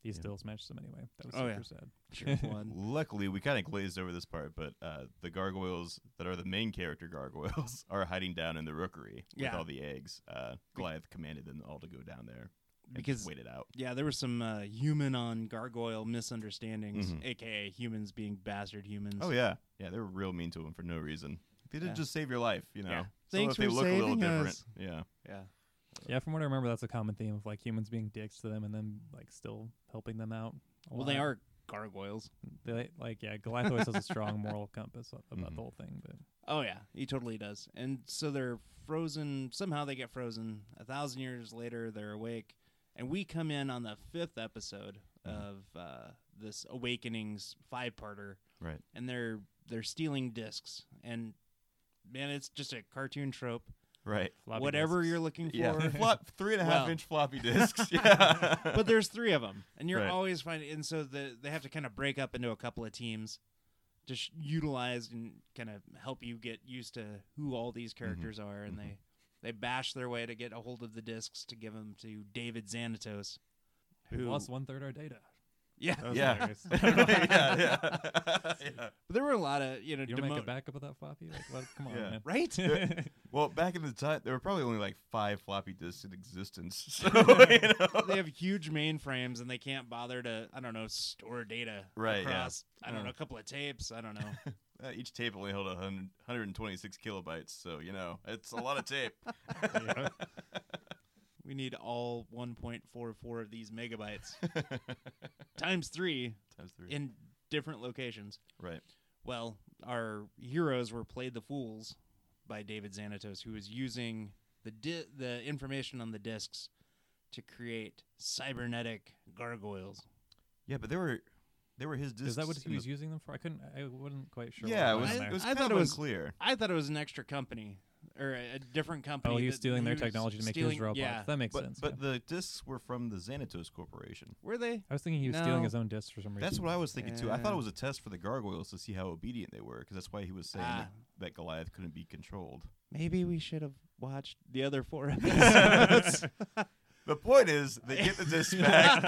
Speaker 2: He
Speaker 1: Yeah.
Speaker 2: still smashes them anyway. That was
Speaker 3: Oh, yeah.
Speaker 2: super sad.
Speaker 3: Sure, one.
Speaker 1: Luckily, we kind of glazed over this part, but uh, the gargoyles that are the main character gargoyles are hiding down in the rookery
Speaker 3: Yeah.
Speaker 1: with all the eggs. Uh, Goliath commanded them all to go down there and
Speaker 3: Because-
Speaker 1: wait it out.
Speaker 3: Yeah, there were some uh, human on gargoyle misunderstandings,
Speaker 1: Mhm.
Speaker 3: aka humans being bastard humans.
Speaker 1: Oh yeah, yeah, they were real mean to him for no reason. They didn't
Speaker 3: Mm. Yeah.
Speaker 1: just save your life, you know.
Speaker 3: Yeah.
Speaker 1: So
Speaker 3: Thanks
Speaker 1: if they
Speaker 3: for
Speaker 1: look a little
Speaker 3: saving
Speaker 1: different,
Speaker 3: us.
Speaker 1: yeah,
Speaker 3: yeah.
Speaker 2: Yeah, from what I remember, that's a common theme of like humans being dicks to them and then like still helping them out. a
Speaker 3: Well, they
Speaker 2: lot.
Speaker 3: are gargoyles.
Speaker 2: They like yeah. Goliath always has a strong moral compass a- about
Speaker 1: Mhm.
Speaker 2: the whole thing, but
Speaker 3: Oh yeah, he totally does. And so they're frozen. Somehow they get frozen. A thousand years later, they're awake, and we come in on the fifth episode
Speaker 1: Mhm.
Speaker 3: of uh, this Awakenings five parter,
Speaker 1: Right.
Speaker 3: and they're they're stealing discs, and man, it's just a cartoon trope.
Speaker 1: Right.
Speaker 2: Floppy
Speaker 3: Whatever
Speaker 2: disks.
Speaker 3: you're looking for,
Speaker 1: Yeah. Flop three and a half
Speaker 3: Well.
Speaker 1: inch floppy discs. Yeah.
Speaker 3: but there's three of them, and you're
Speaker 1: Right.
Speaker 3: always finding. And so the, they have to kind of break up into a couple of teams, to sh- utilize and kind of help you get used to who all these
Speaker 1: Mm-hmm.
Speaker 3: characters are, and they they bash their way to get a hold of the discs to give them to David Xanatos. Uh,
Speaker 2: We've
Speaker 3: Who-
Speaker 2: lost one third our data.
Speaker 3: Yeah,
Speaker 2: That was
Speaker 1: Yeah.
Speaker 2: hilarious.
Speaker 1: yeah, yeah. Yeah.
Speaker 3: but there were a lot of you know
Speaker 2: You don't make a
Speaker 3: demote-
Speaker 2: backup of that floppy? Like, what? Come on,
Speaker 1: Yeah.
Speaker 2: man.
Speaker 3: right.
Speaker 1: Well, back in the time, there were probably only like five floppy disks in existence. So, you know.
Speaker 3: they have huge mainframes and they can't bother to I don't know store data
Speaker 1: Right, yeah. Mm.
Speaker 3: across I don't
Speaker 1: Yeah.
Speaker 3: know a couple of tapes I don't know
Speaker 1: Uh, each tape only held 100, 126 kilobytes, so you know it's a lot of tape.
Speaker 3: we need all 1.44 of these megabytes times 3
Speaker 1: Times three.
Speaker 3: in different locations
Speaker 1: right.
Speaker 3: well our heroes were played the fools by David Xanatos who was using the di- the information on the discs to create cybernetic gargoyles
Speaker 1: Yeah, but there were there were his discs.
Speaker 2: Is that what
Speaker 1: in
Speaker 2: he was
Speaker 1: the-
Speaker 2: using them for? I couldn't. I wasn't quite sure.
Speaker 1: Yeah, it
Speaker 2: what
Speaker 1: was,
Speaker 3: I-
Speaker 2: in
Speaker 1: it
Speaker 2: there.
Speaker 1: was
Speaker 3: I
Speaker 1: kind
Speaker 3: thought
Speaker 1: of
Speaker 3: it was-
Speaker 1: unclear.
Speaker 3: I thought it was an extra company or a, a different company.
Speaker 2: oh, he was
Speaker 3: that
Speaker 2: stealing their
Speaker 3: used-
Speaker 2: technology to make
Speaker 3: stealing-
Speaker 2: his robots.
Speaker 3: Yeah.
Speaker 2: That makes
Speaker 1: But,
Speaker 2: sense.
Speaker 1: but
Speaker 2: yeah.
Speaker 1: the discs were from the Xanatos Corporation.
Speaker 3: Were they?
Speaker 2: I was thinking he was stealing
Speaker 3: No.
Speaker 2: his own discs for some reason.
Speaker 1: That's what I was thinking too. I thought
Speaker 3: Yeah.
Speaker 1: it was a test for the gargoyles to see how obedient they were, because that's why he was saying
Speaker 3: Ah.
Speaker 1: that Goliath couldn't be controlled.
Speaker 3: Maybe we should have watched the other four episodes.
Speaker 1: The point is, they get the disc back.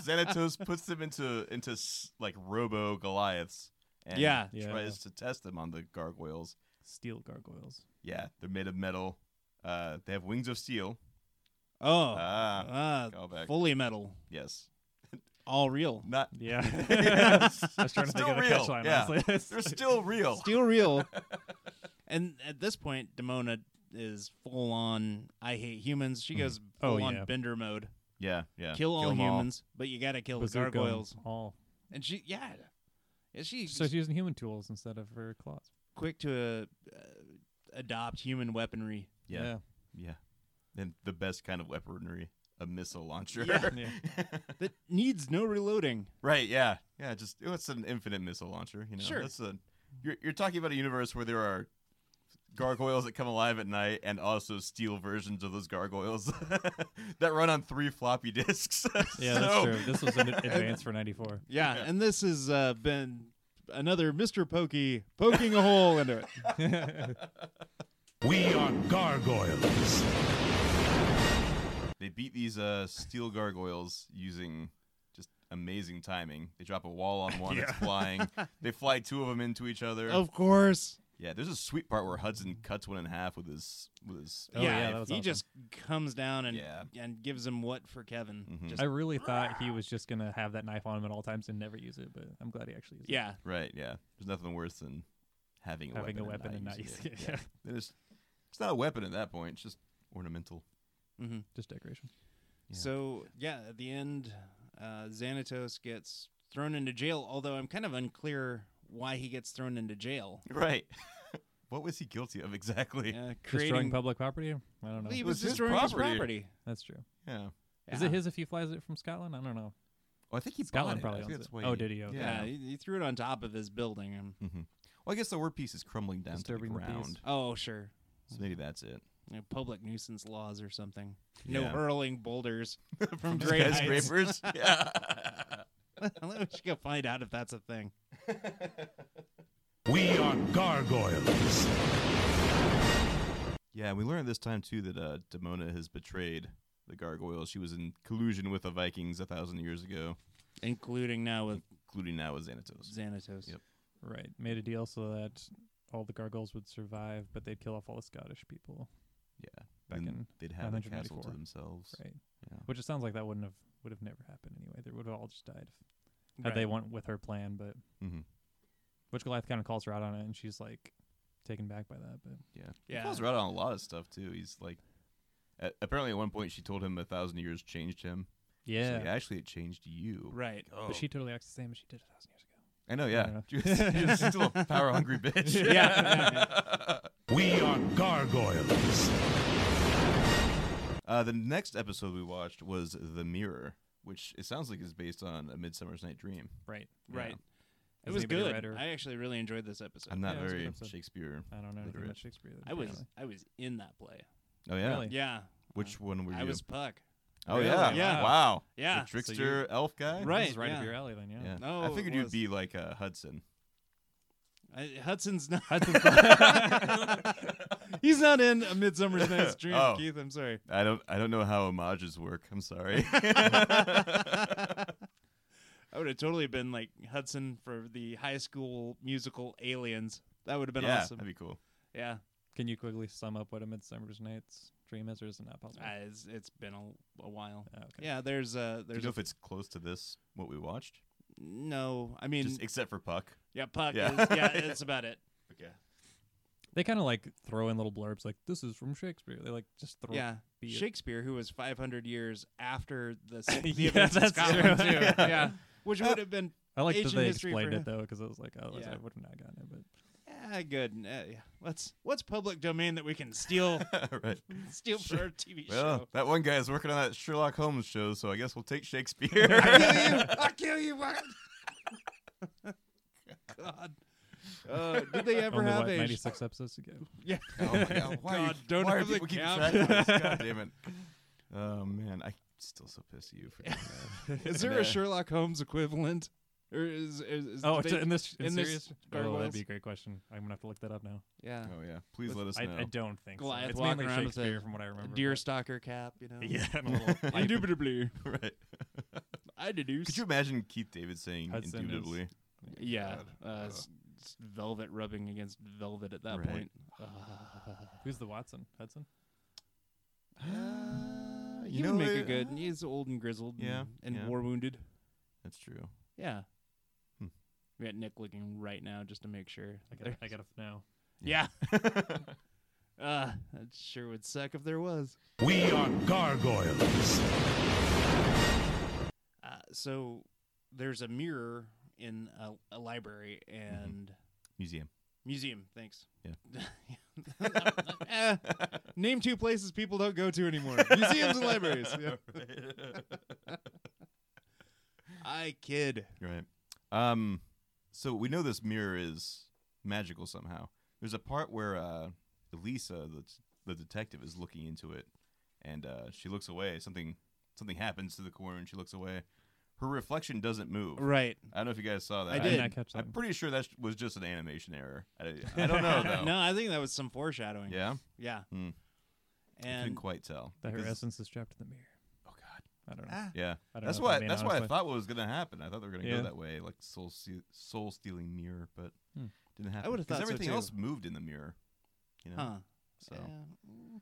Speaker 1: Xanatos puts them into into s- like Robo Goliaths. And
Speaker 3: Yeah.
Speaker 2: Yeah.
Speaker 1: tries to test them on the gargoyles.
Speaker 2: Steel gargoyles.
Speaker 1: Yeah, they're made of metal. Uh, they have wings of steel.
Speaker 3: oh,
Speaker 1: Ah,
Speaker 3: ah,
Speaker 1: callback.
Speaker 3: fully metal,
Speaker 1: yes,
Speaker 3: all real,
Speaker 1: not.
Speaker 2: Yeah.
Speaker 1: Yes.
Speaker 2: I was trying to think
Speaker 1: Still
Speaker 2: of a
Speaker 1: real,
Speaker 2: catchline.
Speaker 1: yeah.
Speaker 2: Honestly.
Speaker 1: They're still real.
Speaker 3: steel real. and at this point, Demona is full on. I hate humans. She goes full
Speaker 2: Oh,
Speaker 3: on
Speaker 2: yeah.
Speaker 3: bender mode.
Speaker 1: Yeah, yeah.
Speaker 3: Mm-hmm. Kill all
Speaker 1: 'em
Speaker 3: humans, but you gotta kill
Speaker 2: Bazooka 'em
Speaker 3: the gargoyles.
Speaker 2: All.
Speaker 3: And she, yeah, yeah, she
Speaker 2: So she's using human tools instead of her claws.
Speaker 3: quick to uh, adopt human weaponry.
Speaker 1: Yeah, yeah. And the best kind of weaponry, a missile launcher.
Speaker 3: Yeah.
Speaker 2: Yeah.
Speaker 3: that needs no reloading.
Speaker 1: right. Yeah. Yeah. Just oh, it's an infinite missile launcher. You know.
Speaker 3: Sure.
Speaker 1: That's a. You're, you're talking about a universe where there are gargoyles that come alive at night and also steel versions of those gargoyles that run on three floppy disks.
Speaker 2: Yeah, that's
Speaker 1: So-
Speaker 2: true. This was an advance for 94.
Speaker 3: Yeah, and this has uh, been another Mr. Pokey poking a hole into it.
Speaker 4: We are gargoyles.
Speaker 1: They beat these uh, steel gargoyles using just amazing timing. They drop a wall on one, it's flying. They fly two of them into each other.
Speaker 2: Oh.
Speaker 3: Of course.
Speaker 1: Yeah, there's a sweet part where Hudson cuts one in half with his with his.
Speaker 2: Oh, yeah, that was
Speaker 3: he
Speaker 2: awesome.
Speaker 3: just comes down and
Speaker 1: Yeah.
Speaker 3: and gives him what for Kevin.
Speaker 1: Mhm.
Speaker 3: Just,
Speaker 2: I really thought he was just going to have that knife on him at all times and never use it, but I'm glad he actually used
Speaker 3: yeah,
Speaker 1: Right. Yeah. There's nothing worse than having
Speaker 2: it.
Speaker 1: a
Speaker 2: Having
Speaker 1: weapon
Speaker 2: a weapon and not using it. Yeah.
Speaker 1: Yeah. It is- it's not a weapon at that point. It's just ornamental.
Speaker 3: hmm
Speaker 2: Just decoration.
Speaker 1: Yeah.
Speaker 3: So yeah, at the end, uh, Xanatos gets thrown into jail. Although I'm kind of unclear why he gets thrown into jail.
Speaker 1: Right. what was he guilty of exactly?
Speaker 3: Uh,
Speaker 2: Destroying
Speaker 3: creating.
Speaker 2: public property? I don't know.
Speaker 3: he
Speaker 1: It
Speaker 3: was
Speaker 1: was his
Speaker 3: destroying his
Speaker 1: property.
Speaker 3: property.
Speaker 2: That's true.
Speaker 1: Yeah.
Speaker 2: Is
Speaker 3: Yeah.
Speaker 2: it his if he flies it from Scotland? I don't know.
Speaker 1: Oh, I think he
Speaker 2: Scotland
Speaker 1: bought it. I
Speaker 2: probably
Speaker 1: think
Speaker 2: owns
Speaker 1: that's
Speaker 2: it.
Speaker 1: why
Speaker 2: Oh, did he? Okay.
Speaker 3: Yeah,
Speaker 1: Yeah.
Speaker 3: he, he threw it on top of his building. And,
Speaker 1: hmm Well, I guess the word piece is crumbling down
Speaker 2: Disturbing
Speaker 1: to
Speaker 2: the
Speaker 1: the
Speaker 2: peace.
Speaker 1: ground.
Speaker 3: oh, sure.
Speaker 1: So maybe that's it.
Speaker 3: you know, public nuisance laws or something. No
Speaker 1: Yeah.
Speaker 3: hurling boulders from great heights.
Speaker 1: skyscrapers. yeah.
Speaker 3: Let me go find out if that's a thing.
Speaker 4: We are gargoyles.
Speaker 1: Yeah, and we learned this time too that uh, Demona has betrayed the gargoyles. She was in collusion with the Vikings a thousand years ago,
Speaker 3: Including now with
Speaker 1: including now with Xanatos.
Speaker 3: Xanatos.
Speaker 1: Yep.
Speaker 2: Right. Made a deal so that all the gargoyles would survive, but they'd kill off all the Scottish people.
Speaker 1: Yeah,
Speaker 2: Back
Speaker 1: And
Speaker 2: in
Speaker 1: they'd have the castle
Speaker 2: 994.
Speaker 1: to themselves.
Speaker 2: Right.
Speaker 1: Yeah.
Speaker 2: Which it sounds like that wouldn't have would have never happened anyway. They would have all just died if, had
Speaker 3: Right.
Speaker 2: they went with her plan. But
Speaker 1: Mm-hmm.
Speaker 2: which Goliath kind of calls her out on it, and she's like taken back by that. But
Speaker 1: Yeah,
Speaker 3: Yeah.
Speaker 1: He calls her out on a lot of stuff too. He's like, a- apparently at one point she told him a thousand years changed him. She's like, actually it changed you.
Speaker 3: Right.
Speaker 1: Oh.
Speaker 2: but she totally acts the same as she did a thousand years ago.
Speaker 1: I know.
Speaker 2: I
Speaker 1: Yeah,
Speaker 2: know.
Speaker 1: she was, she was still a power hungry bitch.
Speaker 3: Yeah.
Speaker 4: We are gargoyles.
Speaker 1: Uh, the next episode we watched was The Mirror, which it sounds like is based on A Midsummer's Night Dream.
Speaker 2: Right.
Speaker 3: Right. It
Speaker 2: Has
Speaker 3: was
Speaker 2: anybody
Speaker 3: good.
Speaker 2: read or-
Speaker 3: I actually really enjoyed this episode.
Speaker 1: I'm not
Speaker 2: Yeah, it was a good
Speaker 1: very
Speaker 2: episode.
Speaker 1: Shakespeare.
Speaker 2: I don't know anything
Speaker 1: Literate.
Speaker 2: about Shakespeare.
Speaker 3: I was
Speaker 2: apparently.
Speaker 3: I was in that play.
Speaker 1: Oh yeah.
Speaker 2: Really?
Speaker 3: Yeah.
Speaker 1: Which one were you?
Speaker 3: I was Puck.
Speaker 1: oh
Speaker 2: Really?
Speaker 1: yeah.
Speaker 3: Yeah.
Speaker 1: Wow.
Speaker 3: Yeah.
Speaker 1: The trickster elf guy.
Speaker 3: Right.
Speaker 2: This is right
Speaker 3: yeah.
Speaker 2: up your alley then, yeah.
Speaker 1: Yeah.
Speaker 3: No,
Speaker 1: I
Speaker 3: it
Speaker 1: figured
Speaker 3: was.
Speaker 1: you'd be like uh, Hudson.
Speaker 3: I, Hudson's not.
Speaker 2: Hudson's not-
Speaker 3: He's not in A Midsummer's Night's Dream,
Speaker 1: Oh.
Speaker 3: Keith. I'm sorry.
Speaker 1: I don't. I don't know how homages work. I'm sorry.
Speaker 3: I would have totally been like Hudson for the high school musical Aliens. That would have been
Speaker 1: yeah,
Speaker 3: awesome.
Speaker 1: that'd be cool.
Speaker 3: yeah,
Speaker 2: Can you quickly sum up what a Midsummer's Night's Dream is, or is it not possible?
Speaker 3: Uh, it's it's been a, a while.
Speaker 2: Ah, okay.
Speaker 3: Yeah, there's uh
Speaker 1: Do you
Speaker 3: there's
Speaker 1: know
Speaker 3: a-
Speaker 1: if it's close to this what we watched?
Speaker 3: no. I mean,
Speaker 1: Just except for Puck.
Speaker 3: yeah, Puck.
Speaker 1: yeah.
Speaker 3: Is, yeah, it's about it.
Speaker 1: Okay.
Speaker 2: They kind of like throw in little blurbs like this is from Shakespeare. They like just throw
Speaker 3: Yeah,
Speaker 2: be it.
Speaker 3: Shakespeare, who was 500 years after the, s- the
Speaker 2: Yeah,
Speaker 3: events in
Speaker 2: that's
Speaker 3: Scotland,
Speaker 2: true.
Speaker 3: too.
Speaker 1: Yeah.
Speaker 3: Yeah, which would have been
Speaker 2: I like that
Speaker 3: ancient
Speaker 2: they
Speaker 3: history for
Speaker 2: explained
Speaker 3: him.
Speaker 2: it though because I was like, otherwise
Speaker 3: Yeah.
Speaker 2: I would have not gotten it. But
Speaker 3: ah, good. Uh, yeah. What's what's public domain that we can steal
Speaker 1: right.
Speaker 3: steal for our TV
Speaker 1: Well,
Speaker 3: show?
Speaker 1: that one guy is working on that Sherlock Holmes show, so I guess we'll take Shakespeare.
Speaker 3: I'll kill you! I'll kill you! What? God. Uh, did they ever
Speaker 2: only
Speaker 3: have
Speaker 2: what
Speaker 3: a?
Speaker 2: 96 episodes to go.
Speaker 3: Yeah.
Speaker 1: oh my god! Why,
Speaker 3: God,
Speaker 1: are you,
Speaker 3: don't
Speaker 1: why are
Speaker 3: have the
Speaker 1: people keeping
Speaker 3: count.
Speaker 1: track of this? God damn it! Oh man, I'm still so pissed at you for doing that.
Speaker 3: Is there
Speaker 1: Yeah.
Speaker 3: a Sherlock Holmes equivalent? Or is, is, is
Speaker 2: Oh,
Speaker 3: they-
Speaker 2: it's in this
Speaker 3: in
Speaker 2: in
Speaker 3: this
Speaker 2: series. Oh,
Speaker 3: Gargoyles?
Speaker 2: that'd be a great question. I'm gonna have to look that up now.
Speaker 3: yeah,
Speaker 1: Oh yeah, please
Speaker 3: With-
Speaker 1: let us
Speaker 2: I,
Speaker 1: know.
Speaker 2: I don't think
Speaker 3: Goliath
Speaker 2: so. It's
Speaker 3: walking
Speaker 2: mainly
Speaker 3: around with
Speaker 2: Shakespeare
Speaker 3: a-
Speaker 2: from what I remember.
Speaker 3: deer stalker cap, you know.
Speaker 2: but- yeah, and a little pipe.
Speaker 3: Indubitably,
Speaker 1: right.
Speaker 3: I deduce.
Speaker 1: Could you imagine Keith David saying
Speaker 2: Hudson is-
Speaker 1: indubitably?
Speaker 3: Yeah,
Speaker 1: God.
Speaker 3: uh, s- s- velvet rubbing against velvet at that
Speaker 1: Right.
Speaker 3: point.
Speaker 2: Who's the Watson? Hudson.
Speaker 3: Uh,
Speaker 1: you
Speaker 3: you
Speaker 1: know,
Speaker 3: would make a
Speaker 1: uh,
Speaker 3: good. He's old and grizzled.
Speaker 1: Yeah,
Speaker 3: and, and
Speaker 1: yeah.
Speaker 3: war wounded.
Speaker 1: That's true.
Speaker 3: Yeah.
Speaker 1: Hmm.
Speaker 3: We got Nick looking right now just to make sure.
Speaker 2: I got.
Speaker 3: There-
Speaker 2: I got to know.
Speaker 3: yeah. uh, that sure would suck if there was.
Speaker 4: We are gargoyles.
Speaker 3: Uh, so there's a mirror in a, a library
Speaker 1: Mm-hmm.
Speaker 3: and
Speaker 1: Museum.
Speaker 3: museum. Thanks.
Speaker 1: Yeah.
Speaker 3: Eh, name two places people don't go to anymore: museums and libraries. Yeah. I kid.
Speaker 1: Right. Um. So we know this mirror is magical somehow. There's a part where uh, Elisa, the the detective, is looking into it, and uh, she looks away. Something something happens to the corner, and she looks away. Her reflection doesn't move.
Speaker 3: Right.
Speaker 1: I don't know if you guys saw that.
Speaker 3: I
Speaker 2: did
Speaker 3: did.
Speaker 2: not catch that.
Speaker 1: I'm pretty sure that was just an animation error. I, I don't know though.
Speaker 3: no, I think that was some foreshadowing.
Speaker 1: Yeah,
Speaker 3: Yeah.
Speaker 1: Hmm. I couldn't
Speaker 3: And
Speaker 1: quite tell.
Speaker 2: that her
Speaker 1: because-
Speaker 2: essence is trapped in the mirror.
Speaker 1: oh god.
Speaker 2: I don't know.
Speaker 3: Ah,
Speaker 1: Yeah,
Speaker 2: I don't
Speaker 1: that's
Speaker 2: know if I'm
Speaker 1: why.
Speaker 2: being
Speaker 1: That's
Speaker 2: honest
Speaker 1: why I
Speaker 2: with-
Speaker 1: thought what was gonna happen. I thought they were gonna
Speaker 2: Yeah.
Speaker 1: go that way, like soul ste- soul stealing mirror, but
Speaker 2: Hmm.
Speaker 1: didn't happen.
Speaker 3: would've
Speaker 1: 'Cause
Speaker 3: thought so,
Speaker 1: everything
Speaker 3: too.
Speaker 1: else moved in the mirror. You know,
Speaker 3: huh.
Speaker 1: so
Speaker 3: Yeah.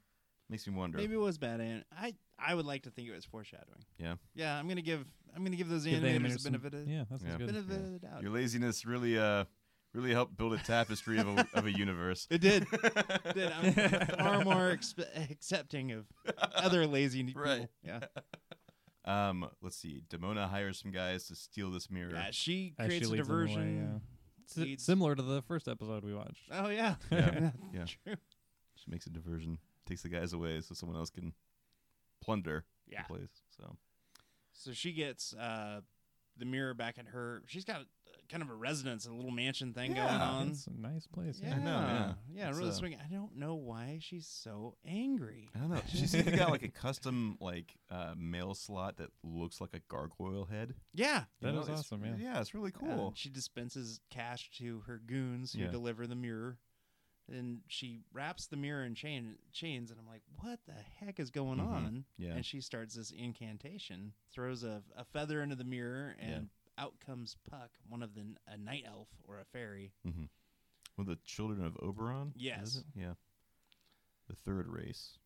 Speaker 1: makes me wonder.
Speaker 3: Maybe it was bad. And I I would like to think it was foreshadowing.
Speaker 1: Yeah.
Speaker 3: Yeah. I'm gonna give I'm gonna give those
Speaker 2: Give the
Speaker 3: animators
Speaker 2: animators
Speaker 3: a
Speaker 2: some-
Speaker 3: benefit of,
Speaker 2: Yeah, that's
Speaker 1: Yeah.
Speaker 2: good.
Speaker 3: benefit of the doubt.
Speaker 1: Your laziness really, uh, really helped build a tapestry of a, of a universe.
Speaker 3: It did. It did. I'm, I'm far more exp- accepting of other lazy people.
Speaker 1: Right.
Speaker 3: Yeah.
Speaker 1: Um, let's see. Demona hires some guys to steal this mirror.
Speaker 3: yeah. She
Speaker 2: As she
Speaker 3: creates a
Speaker 2: leads them away,
Speaker 3: diversion.
Speaker 2: Si-
Speaker 3: leads-
Speaker 2: similar to the first episode we watched.
Speaker 3: Oh yeah.
Speaker 1: Yeah. Yeah.
Speaker 3: True.
Speaker 1: She makes a diversion, takes the guys away, so someone else can plunder
Speaker 3: Yeah.
Speaker 1: the place. So
Speaker 3: So she gets uh, the mirror back at her. She's got a, kind of a residence, a little mansion thing
Speaker 1: Yeah.
Speaker 3: going on.
Speaker 2: It's a nice place.
Speaker 3: Yeah,
Speaker 1: I know, yeah.
Speaker 3: yeah,
Speaker 1: It's,
Speaker 3: really
Speaker 1: uh,
Speaker 3: swinging. I don't know why she's so angry.
Speaker 1: I don't know. She's even got like a custom like uh, mail slot that looks like a gargoyle head.
Speaker 3: Yeah,
Speaker 1: You
Speaker 2: That
Speaker 1: know,
Speaker 2: is
Speaker 1: it's-
Speaker 2: awesome, yeah.
Speaker 1: yeah, it's really
Speaker 3: And
Speaker 1: cool.
Speaker 3: she dispenses cash to her goons who
Speaker 1: Yeah.
Speaker 3: deliver the mirror, and she wraps the mirror in chain chains. And I'm like, what the heck is going
Speaker 1: Mhm,
Speaker 3: on?
Speaker 1: yeah.
Speaker 3: And she starts this incantation, throws a, a feather into the mirror,
Speaker 1: Yeah.
Speaker 3: and out comes Puck, one of the n- a night elf or a fairy.
Speaker 1: One of the children of Oberon. is
Speaker 3: Yes.
Speaker 1: it? Yeah. The third race,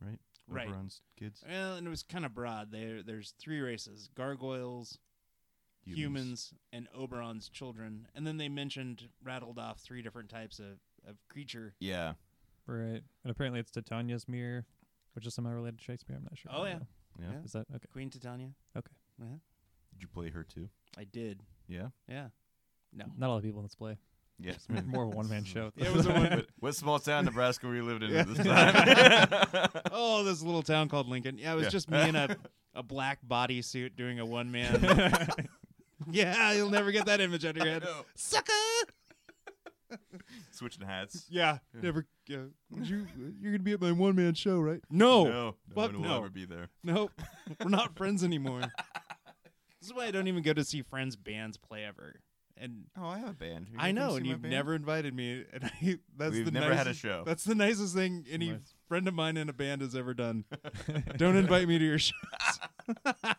Speaker 1: right?
Speaker 3: Right.
Speaker 1: Oberon's kids.
Speaker 3: Well, and it was kind of broad. There, there's three races: gargoyles, humans. and Oberon's children. And then they mentioned rattled off three different types of, of creature.
Speaker 1: Yeah.
Speaker 2: Right. And apparently it's Titania's mirror, which is somehow related to Shakespeare. I'm not sure.
Speaker 3: Oh,
Speaker 2: I
Speaker 3: yeah.
Speaker 2: don't
Speaker 1: Yeah.
Speaker 2: know. Is that okay?
Speaker 3: Queen Titania.
Speaker 2: Okay.
Speaker 3: Uh-huh.
Speaker 1: Did you play her too?
Speaker 3: I did.
Speaker 1: Yeah.
Speaker 3: Yeah. No.
Speaker 2: Not a lot of people in this play.
Speaker 1: Yes.
Speaker 2: It's more of a one man show.
Speaker 3: It was a one-
Speaker 1: what, what small town in Nebraska were you living in at this
Speaker 3: Yeah.
Speaker 1: time?
Speaker 3: oh, this little town called Lincoln. Yeah, it was
Speaker 1: Yeah.
Speaker 3: just me and a, a black bodysuit doing a one man. yeah, you'll never get that image out of your head.
Speaker 1: know.
Speaker 3: Sucker.
Speaker 1: Switching hats.
Speaker 3: Yeah,
Speaker 1: Yeah.
Speaker 3: never. Yeah. You you're gonna be at my one man show, right? No.
Speaker 1: no, no
Speaker 3: fuck
Speaker 1: one will
Speaker 3: no.
Speaker 1: ever be there.
Speaker 3: Nope. We're not friends anymore. this is why I don't even go to see friends' bands play ever. And
Speaker 1: Oh, I have a band. You
Speaker 3: I
Speaker 1: come
Speaker 3: know,
Speaker 1: see
Speaker 3: and
Speaker 1: my
Speaker 3: you've
Speaker 1: band?
Speaker 3: never invited me, and I, that's
Speaker 1: We've
Speaker 3: the
Speaker 1: never
Speaker 3: nicest,
Speaker 1: had a show.
Speaker 3: That's the nicest thing any
Speaker 2: Nice.
Speaker 3: friend of mine in a band has ever done. don't invite me to your shows.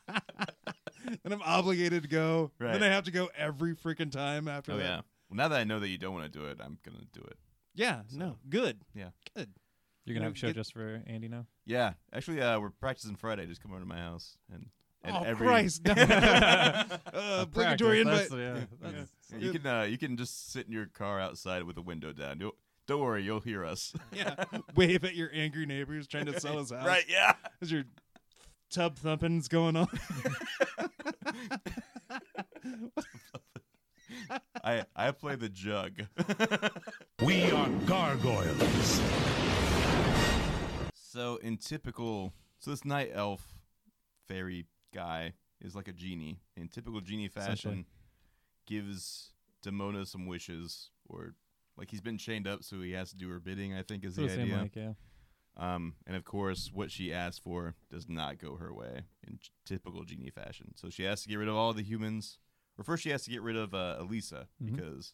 Speaker 3: and I'm obligated to go. and Then
Speaker 1: Right.
Speaker 3: I have to go every freaking time after
Speaker 1: Oh
Speaker 3: that.
Speaker 1: yeah. Well, now that I know that you don't want to do it, I'm gonna do it.
Speaker 3: Yeah, no. Good.
Speaker 1: Yeah.
Speaker 3: Good.
Speaker 2: You're gonna have a show
Speaker 3: Get-
Speaker 2: just for Andy now.
Speaker 1: Yeah, actually, uh, we're practicing Friday. Just come over to my house and. and
Speaker 3: oh
Speaker 1: every,
Speaker 3: Christ. No. uh,
Speaker 2: A
Speaker 3: obligatory invite.
Speaker 2: practice, that's- yeah, that's-
Speaker 1: Yeah, You can uh, you can just sit in your car outside with the window down. You'll, don't worry, you'll hear us.
Speaker 3: yeah. Wave at your angry neighbors trying to sell his house.
Speaker 1: right? Yeah.
Speaker 3: As your tub thumping's going on.
Speaker 1: I I play the jug.
Speaker 4: We are gargoyles.
Speaker 1: so in typical, so this night elf fairy guy is like a genie. In typical genie fashion,
Speaker 2: Essentially.
Speaker 1: gives Demona some wishes, or like he's been chained up, so he has to do her bidding. I think is
Speaker 2: Sort
Speaker 1: the
Speaker 2: of same
Speaker 1: idea.
Speaker 2: like, yeah.
Speaker 1: Um, and of course, what she asked for does not go her way in t- typical genie fashion. So she has to get rid of all the humans, or first she has to get rid of uh, Elisa
Speaker 3: Mm-hmm.
Speaker 2: Mhm.
Speaker 1: because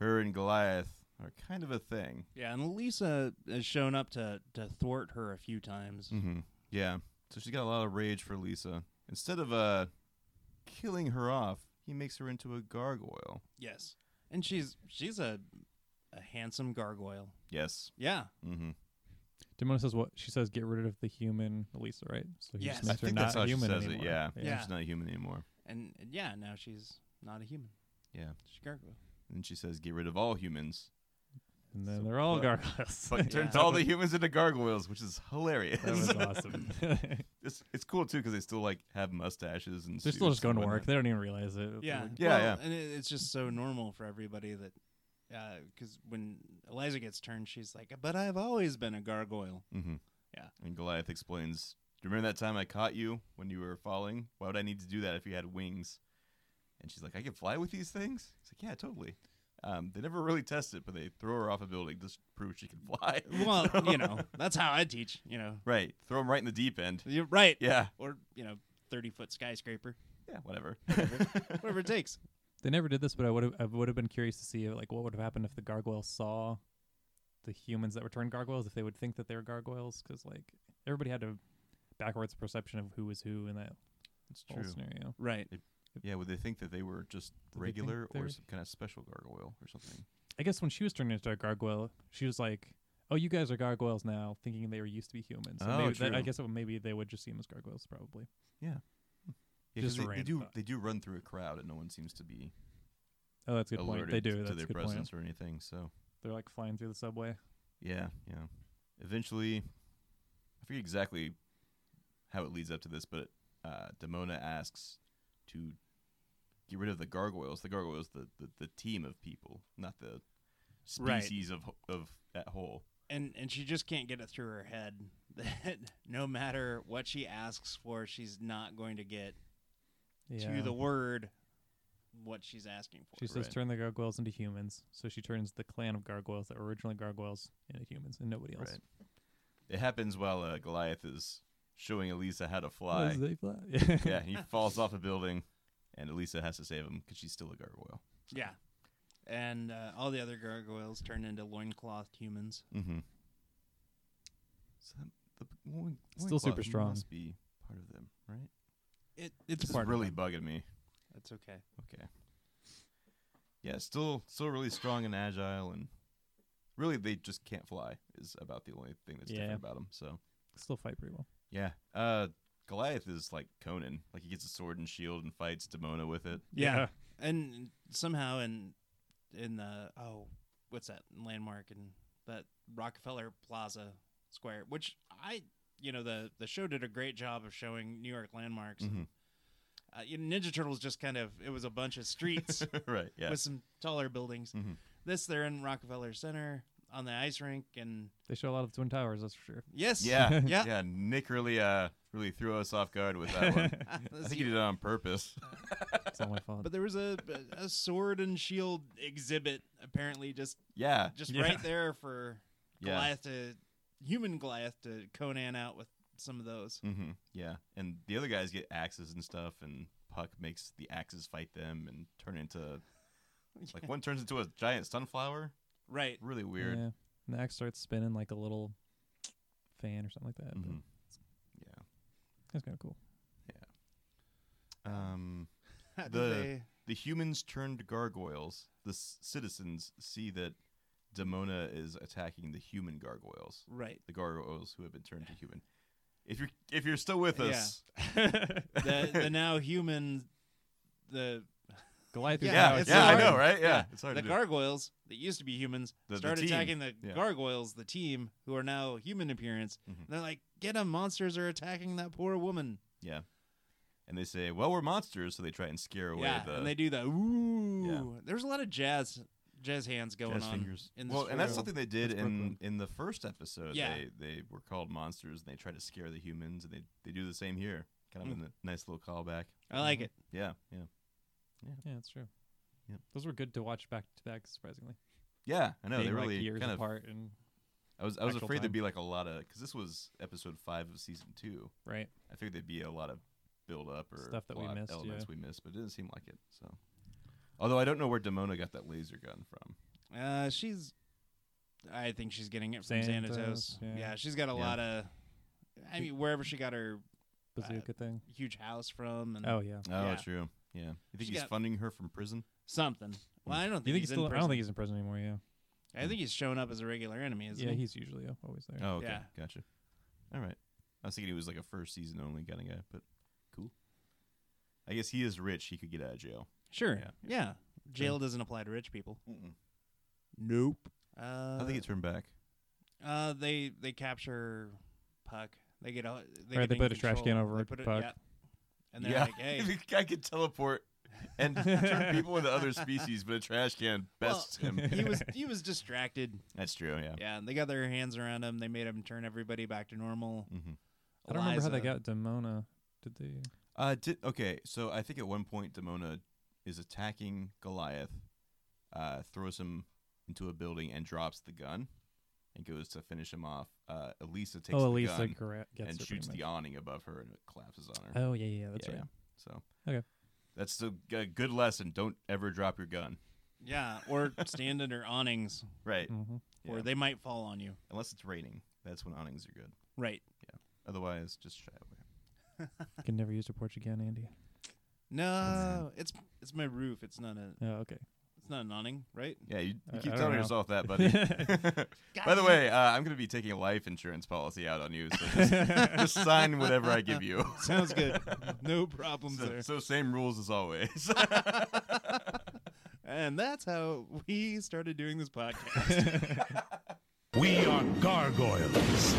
Speaker 1: her and Goliath are kind of a thing.
Speaker 3: Yeah, and Lisa has shown up to to thwart her a few times.
Speaker 1: Mm-hmm. Yeah. So she's got a lot of rage for Elisa. Instead of uh, killing her off, he makes her into a gargoyle.
Speaker 3: Yes, and she's she's a a handsome gargoyle.
Speaker 1: Yes.
Speaker 3: Yeah,
Speaker 1: Mm-hmm.
Speaker 2: Demona says what she says. Get rid of the human Elisa, right? So he
Speaker 3: Yes.
Speaker 2: just
Speaker 1: I
Speaker 3: I
Speaker 2: makes her
Speaker 1: think
Speaker 2: not
Speaker 1: that's how she
Speaker 2: human
Speaker 1: says
Speaker 2: anymore.
Speaker 1: it. Yeah.
Speaker 3: Yeah.
Speaker 1: She's not human anymore.
Speaker 3: and, and yeah, now she's not a human.
Speaker 1: Yeah.
Speaker 3: She's a gargoyle.
Speaker 1: And she says, "Get rid of all humans,"
Speaker 2: And then
Speaker 1: So-
Speaker 2: they're all
Speaker 1: but-
Speaker 2: gargoyles.
Speaker 1: but turns
Speaker 3: Yeah. Oh
Speaker 1: all the humans into gargoyles, which is hilarious.
Speaker 2: that was awesome. they're
Speaker 1: It's it's cool too because they still like have mustaches and
Speaker 2: still
Speaker 1: suits
Speaker 2: just going
Speaker 1: and
Speaker 2: to work.
Speaker 1: whatnot.
Speaker 2: They don't even realize it.
Speaker 3: Yeah,
Speaker 1: Yeah,
Speaker 3: well,
Speaker 1: yeah.
Speaker 3: and it, it's just so normal for everybody that. Because when Eliza gets turned, she's like, "But I've always been a gargoyle."
Speaker 1: Mhm.
Speaker 3: Yeah.
Speaker 1: And Goliath explains, "Do you remember that time I caught you when you were falling? Why would I need to do that if you had wings?" And she's like, "I can fly with these things." He's like, "Yeah, totally." Um, they never really test it, but they throw her off a building just to prove she can fly.
Speaker 3: Well,
Speaker 1: So-
Speaker 3: you know, that's how I teach. You know,
Speaker 1: right? Throw them right in the deep end.
Speaker 3: you're right.
Speaker 1: Yeah,
Speaker 3: Or you know, thirty foot skyscraper,
Speaker 1: yeah, whatever.
Speaker 3: whatever it takes.
Speaker 2: They never did this, but I would have I would have been curious to see like what would have happened if the gargoyle saw the humans that were turned gargoyles if they would think that they were gargoyles because like everybody had a backwards perception of who was who in that
Speaker 1: it's
Speaker 2: whole scenario.
Speaker 3: Right.
Speaker 1: Yeah, would they think that they were just
Speaker 2: they
Speaker 1: regular
Speaker 2: think
Speaker 1: or
Speaker 2: they're-
Speaker 1: some kind of special gargoyle or something?
Speaker 2: I guess when she was turned into a gargoyle, she was like, "Oh, you guys are gargoyles now," thinking they were used to be humans. So
Speaker 1: Oh,
Speaker 2: maybe That, I
Speaker 1: true.
Speaker 2: guess it, would- maybe they would just see them as gargoyles, probably.
Speaker 1: Yeah, 'cause
Speaker 2: Just a
Speaker 1: they, they
Speaker 2: random
Speaker 1: do.
Speaker 2: thought.
Speaker 1: They do run through a crowd, and no one seems to be
Speaker 2: Oh, that's a good point.
Speaker 1: alerted
Speaker 2: They
Speaker 1: to
Speaker 2: do. That's a
Speaker 1: their
Speaker 2: good
Speaker 1: presence
Speaker 2: point.
Speaker 1: or anything. So
Speaker 2: They're like flying through the subway.
Speaker 1: yeah, yeah. Eventually, I forget exactly how it leads up to this, but uh, Demona asks to get rid of the gargoyles. The gargoyles, the the, the team of people, not the
Speaker 3: Right.
Speaker 1: species of ho- of that whole.
Speaker 3: and and she just can't get it through her head that no matter what she asks for, she's not going to get
Speaker 2: Yeah.
Speaker 3: to the word what she's asking for.
Speaker 2: she says,
Speaker 1: right.
Speaker 2: "Turn the gargoyles into humans." So she turns the clan of gargoyles that were originally gargoyles into humans, and nobody else.
Speaker 1: Right. It happens while uh, Goliath is showing Elisa how to fly.
Speaker 2: Why does they fly? Yeah.
Speaker 1: Yeah, he falls off a building, and Elisa has to save him because she's still a gargoyle.
Speaker 3: yeah. And uh, all the other gargoyles turn into loincloth humans.
Speaker 1: Mm-hmm. So the p- loin-
Speaker 2: Still
Speaker 1: loincloth
Speaker 2: super strong.
Speaker 1: Must be part of them, right?
Speaker 3: It, it's
Speaker 1: This is
Speaker 3: part of
Speaker 1: really
Speaker 3: them.
Speaker 1: bugging me.
Speaker 3: That's okay.
Speaker 1: Okay. Yeah, still, still really strong and agile, and really they just can't fly. Is about the only thing that's
Speaker 2: Yeah.
Speaker 1: different about them. So
Speaker 2: Still fight pretty well.
Speaker 1: yeah, uh, Goliath is like Conan. Like he gets a sword and shield and fights Demona with it.
Speaker 3: Yeah. And somehow in in the oh what's that landmark and that Rockefeller Plaza Square, which I you know the the show did a great job of showing New York landmarks.
Speaker 1: Mhm.
Speaker 3: Uh, you know, Ninja Turtles just kind of it was a bunch of streets
Speaker 1: right. Yeah.
Speaker 3: with some taller buildings.
Speaker 1: Mhm.
Speaker 3: This they're in Rockefeller Center. on the ice rink, and
Speaker 2: They show a lot of Twin Towers, that's for sure.
Speaker 3: yes,
Speaker 1: Yeah,
Speaker 3: yeah.
Speaker 1: yeah. Nick really, uh, really threw us off guard with that one. I think
Speaker 3: Let's see.
Speaker 1: he did it on purpose.
Speaker 2: It's not my fault.
Speaker 3: But there was a a sword and shield exhibit apparently just
Speaker 1: Yeah,
Speaker 3: just
Speaker 2: Yeah.
Speaker 3: right there for
Speaker 1: Yeah.
Speaker 3: Goliath to human Goliath to Conan out with some of those.
Speaker 1: hmm yeah. And the other guys get axes and stuff, and Puck makes the axes fight them and turn into like one turns into a giant sunflower.
Speaker 3: Right.
Speaker 1: Really weird.
Speaker 2: Yeah. And the axe starts spinning like a little fan or something like that.
Speaker 3: Um,
Speaker 1: Mhm.
Speaker 2: That's kind of cool.
Speaker 1: Yeah. Um,
Speaker 3: How did
Speaker 1: The-
Speaker 3: they-
Speaker 1: the humans turned gargoyles. The c- citizens see that Demona is attacking the human gargoyles.
Speaker 3: right.
Speaker 1: The gargoyles who have been turned to human. If you're if you're still with
Speaker 3: Yeah.
Speaker 1: us,
Speaker 3: The the now human the
Speaker 2: Goliath is
Speaker 3: Yeah,
Speaker 1: yeah,
Speaker 2: now
Speaker 3: it's
Speaker 1: yeah, I
Speaker 3: hard.
Speaker 1: know, right? Yeah,
Speaker 3: Yeah,
Speaker 1: it's hard
Speaker 3: the
Speaker 1: to
Speaker 3: gargoyles that used to be humans
Speaker 1: The- the
Speaker 3: start
Speaker 1: team.
Speaker 3: attacking the
Speaker 1: Yeah.
Speaker 3: gargoyles, the team who are now human appearance.
Speaker 1: Mhm.
Speaker 3: And they're like, "Get 'em! Monsters are attacking that poor woman."
Speaker 1: Yeah. And they say, well, we're monsters, so they try and scare away
Speaker 3: yeah,
Speaker 1: the
Speaker 3: and they do the ooh. There's a lot of jazz jazz hands going
Speaker 1: jazz
Speaker 3: on
Speaker 1: fingers.
Speaker 3: in this
Speaker 1: well, and that's
Speaker 3: show.
Speaker 1: something they did
Speaker 2: That's
Speaker 1: in,
Speaker 2: Brooklyn.
Speaker 1: in the first episode.
Speaker 3: Yeah.
Speaker 1: They they were called monsters, and they tried to scare the humans, and they, they do the same here. Kind of
Speaker 3: Mm.
Speaker 1: a n- nice little callback.
Speaker 3: I
Speaker 1: Mm-hmm.
Speaker 3: like it.
Speaker 1: Yeah, yeah.
Speaker 2: Yeah, that's true.
Speaker 1: Yep.
Speaker 2: Those were good to watch back to back, surprisingly.
Speaker 1: Yeah, I know.
Speaker 2: Being,
Speaker 1: they
Speaker 2: like,
Speaker 1: really
Speaker 2: years
Speaker 1: kind of.
Speaker 2: apart and
Speaker 1: I was I was
Speaker 2: actual
Speaker 1: afraid
Speaker 2: time.
Speaker 1: there'd be like a lot of because this was episode five of season two.
Speaker 2: right.
Speaker 1: I figured there'd be a lot of build up or
Speaker 2: Stuff that we
Speaker 1: plot
Speaker 2: missed,
Speaker 1: elements we
Speaker 2: yeah.
Speaker 1: missed, but it didn't seem like it. So, although I don't know where Demona got that laser gun from.
Speaker 3: Uh, she's, I think she's getting it from
Speaker 2: Xanatos,
Speaker 3: Xanatos.
Speaker 2: yeah.
Speaker 3: Yeah. she's got
Speaker 1: Yeah.
Speaker 3: a lot of. I mean, wherever she got her
Speaker 2: Bazooka thing.
Speaker 3: huge house from, and
Speaker 2: Oh yeah.
Speaker 1: Oh,
Speaker 3: Yeah.
Speaker 1: true. Yeah, you think
Speaker 3: She
Speaker 1: he's
Speaker 3: got-
Speaker 1: funding her from prison?
Speaker 3: something. Well, I don't think,
Speaker 2: You think
Speaker 3: he's
Speaker 2: he's
Speaker 3: in
Speaker 2: still I don't
Speaker 3: prison.
Speaker 2: think he's in prison anymore, yeah.
Speaker 3: I think he's shown up as a regular enemy. Isn't
Speaker 2: yeah,
Speaker 3: he?
Speaker 2: he's usually uh, always there.
Speaker 1: Oh, okay,
Speaker 3: Yeah.
Speaker 1: gotcha. All right. I was thinking he was like a first season only kind of guy, but cool. I guess he is rich. He could get out of jail.
Speaker 3: sure.
Speaker 1: Yeah.
Speaker 3: Yeah. Jail doesn't apply to rich people.
Speaker 1: Mm-mm.
Speaker 3: Nope. Uh,
Speaker 1: I think he turned back.
Speaker 3: Uh, they they capture Puck. They get all. They,
Speaker 2: Right,
Speaker 3: get
Speaker 2: they
Speaker 3: in
Speaker 2: put a trash
Speaker 3: control.
Speaker 2: can over
Speaker 3: They put it-
Speaker 2: Puck.
Speaker 3: yeah. And they're
Speaker 1: yeah,
Speaker 3: like, "Hey,
Speaker 1: the guy could teleport and turn people into other species, but a trash can bests
Speaker 3: Well,
Speaker 1: him.
Speaker 3: he was he was distracted."
Speaker 1: That's true. Yeah.
Speaker 3: Yeah, and they got their hands around him. They made him turn everybody back to normal.
Speaker 1: Mm-hmm.
Speaker 2: I don't remember how they
Speaker 3: Eliza-
Speaker 2: got Demona. Did they
Speaker 1: Uh, did okay. So I think at one point Demona is attacking Goliath, uh, throws him into a building and drops the gun, and goes to finish him off. Uh, Elisa takes
Speaker 2: Oh
Speaker 1: the
Speaker 2: Elisa
Speaker 1: gun
Speaker 2: gra- gets
Speaker 1: and
Speaker 2: her pretty
Speaker 1: shoots the
Speaker 2: much.
Speaker 1: awning above her and it collapses on her.
Speaker 2: Oh yeah, yeah, yeah, that's
Speaker 1: yeah,
Speaker 2: right.
Speaker 1: So
Speaker 2: Okay.
Speaker 1: that's a g- a good lesson. Don't ever drop your gun.
Speaker 3: Yeah, or stand under awnings,
Speaker 1: Right.
Speaker 2: Mm-hmm.
Speaker 3: or
Speaker 1: Yeah.
Speaker 3: they might fall on you.
Speaker 1: Unless it's raining, that's when awnings are good.
Speaker 3: Right.
Speaker 1: Otherwise, just shy away.
Speaker 2: Can never use a porch again, Andy.
Speaker 3: No, it's it's my roof. It's not a
Speaker 2: Oh, okay.
Speaker 3: it's not an awning, right?
Speaker 1: Yeah, you,
Speaker 2: I-
Speaker 1: you
Speaker 2: I
Speaker 1: keep
Speaker 2: don't
Speaker 1: telling
Speaker 2: know.
Speaker 1: yourself that, buddy. By the way, uh, I'm going to be taking a life insurance policy out on you, so just, just sign whatever I give you.
Speaker 3: Sounds good. No problems
Speaker 1: So,
Speaker 3: there.
Speaker 1: so same rules as always.
Speaker 3: And that's how we started doing this podcast.
Speaker 4: We are gargoyles.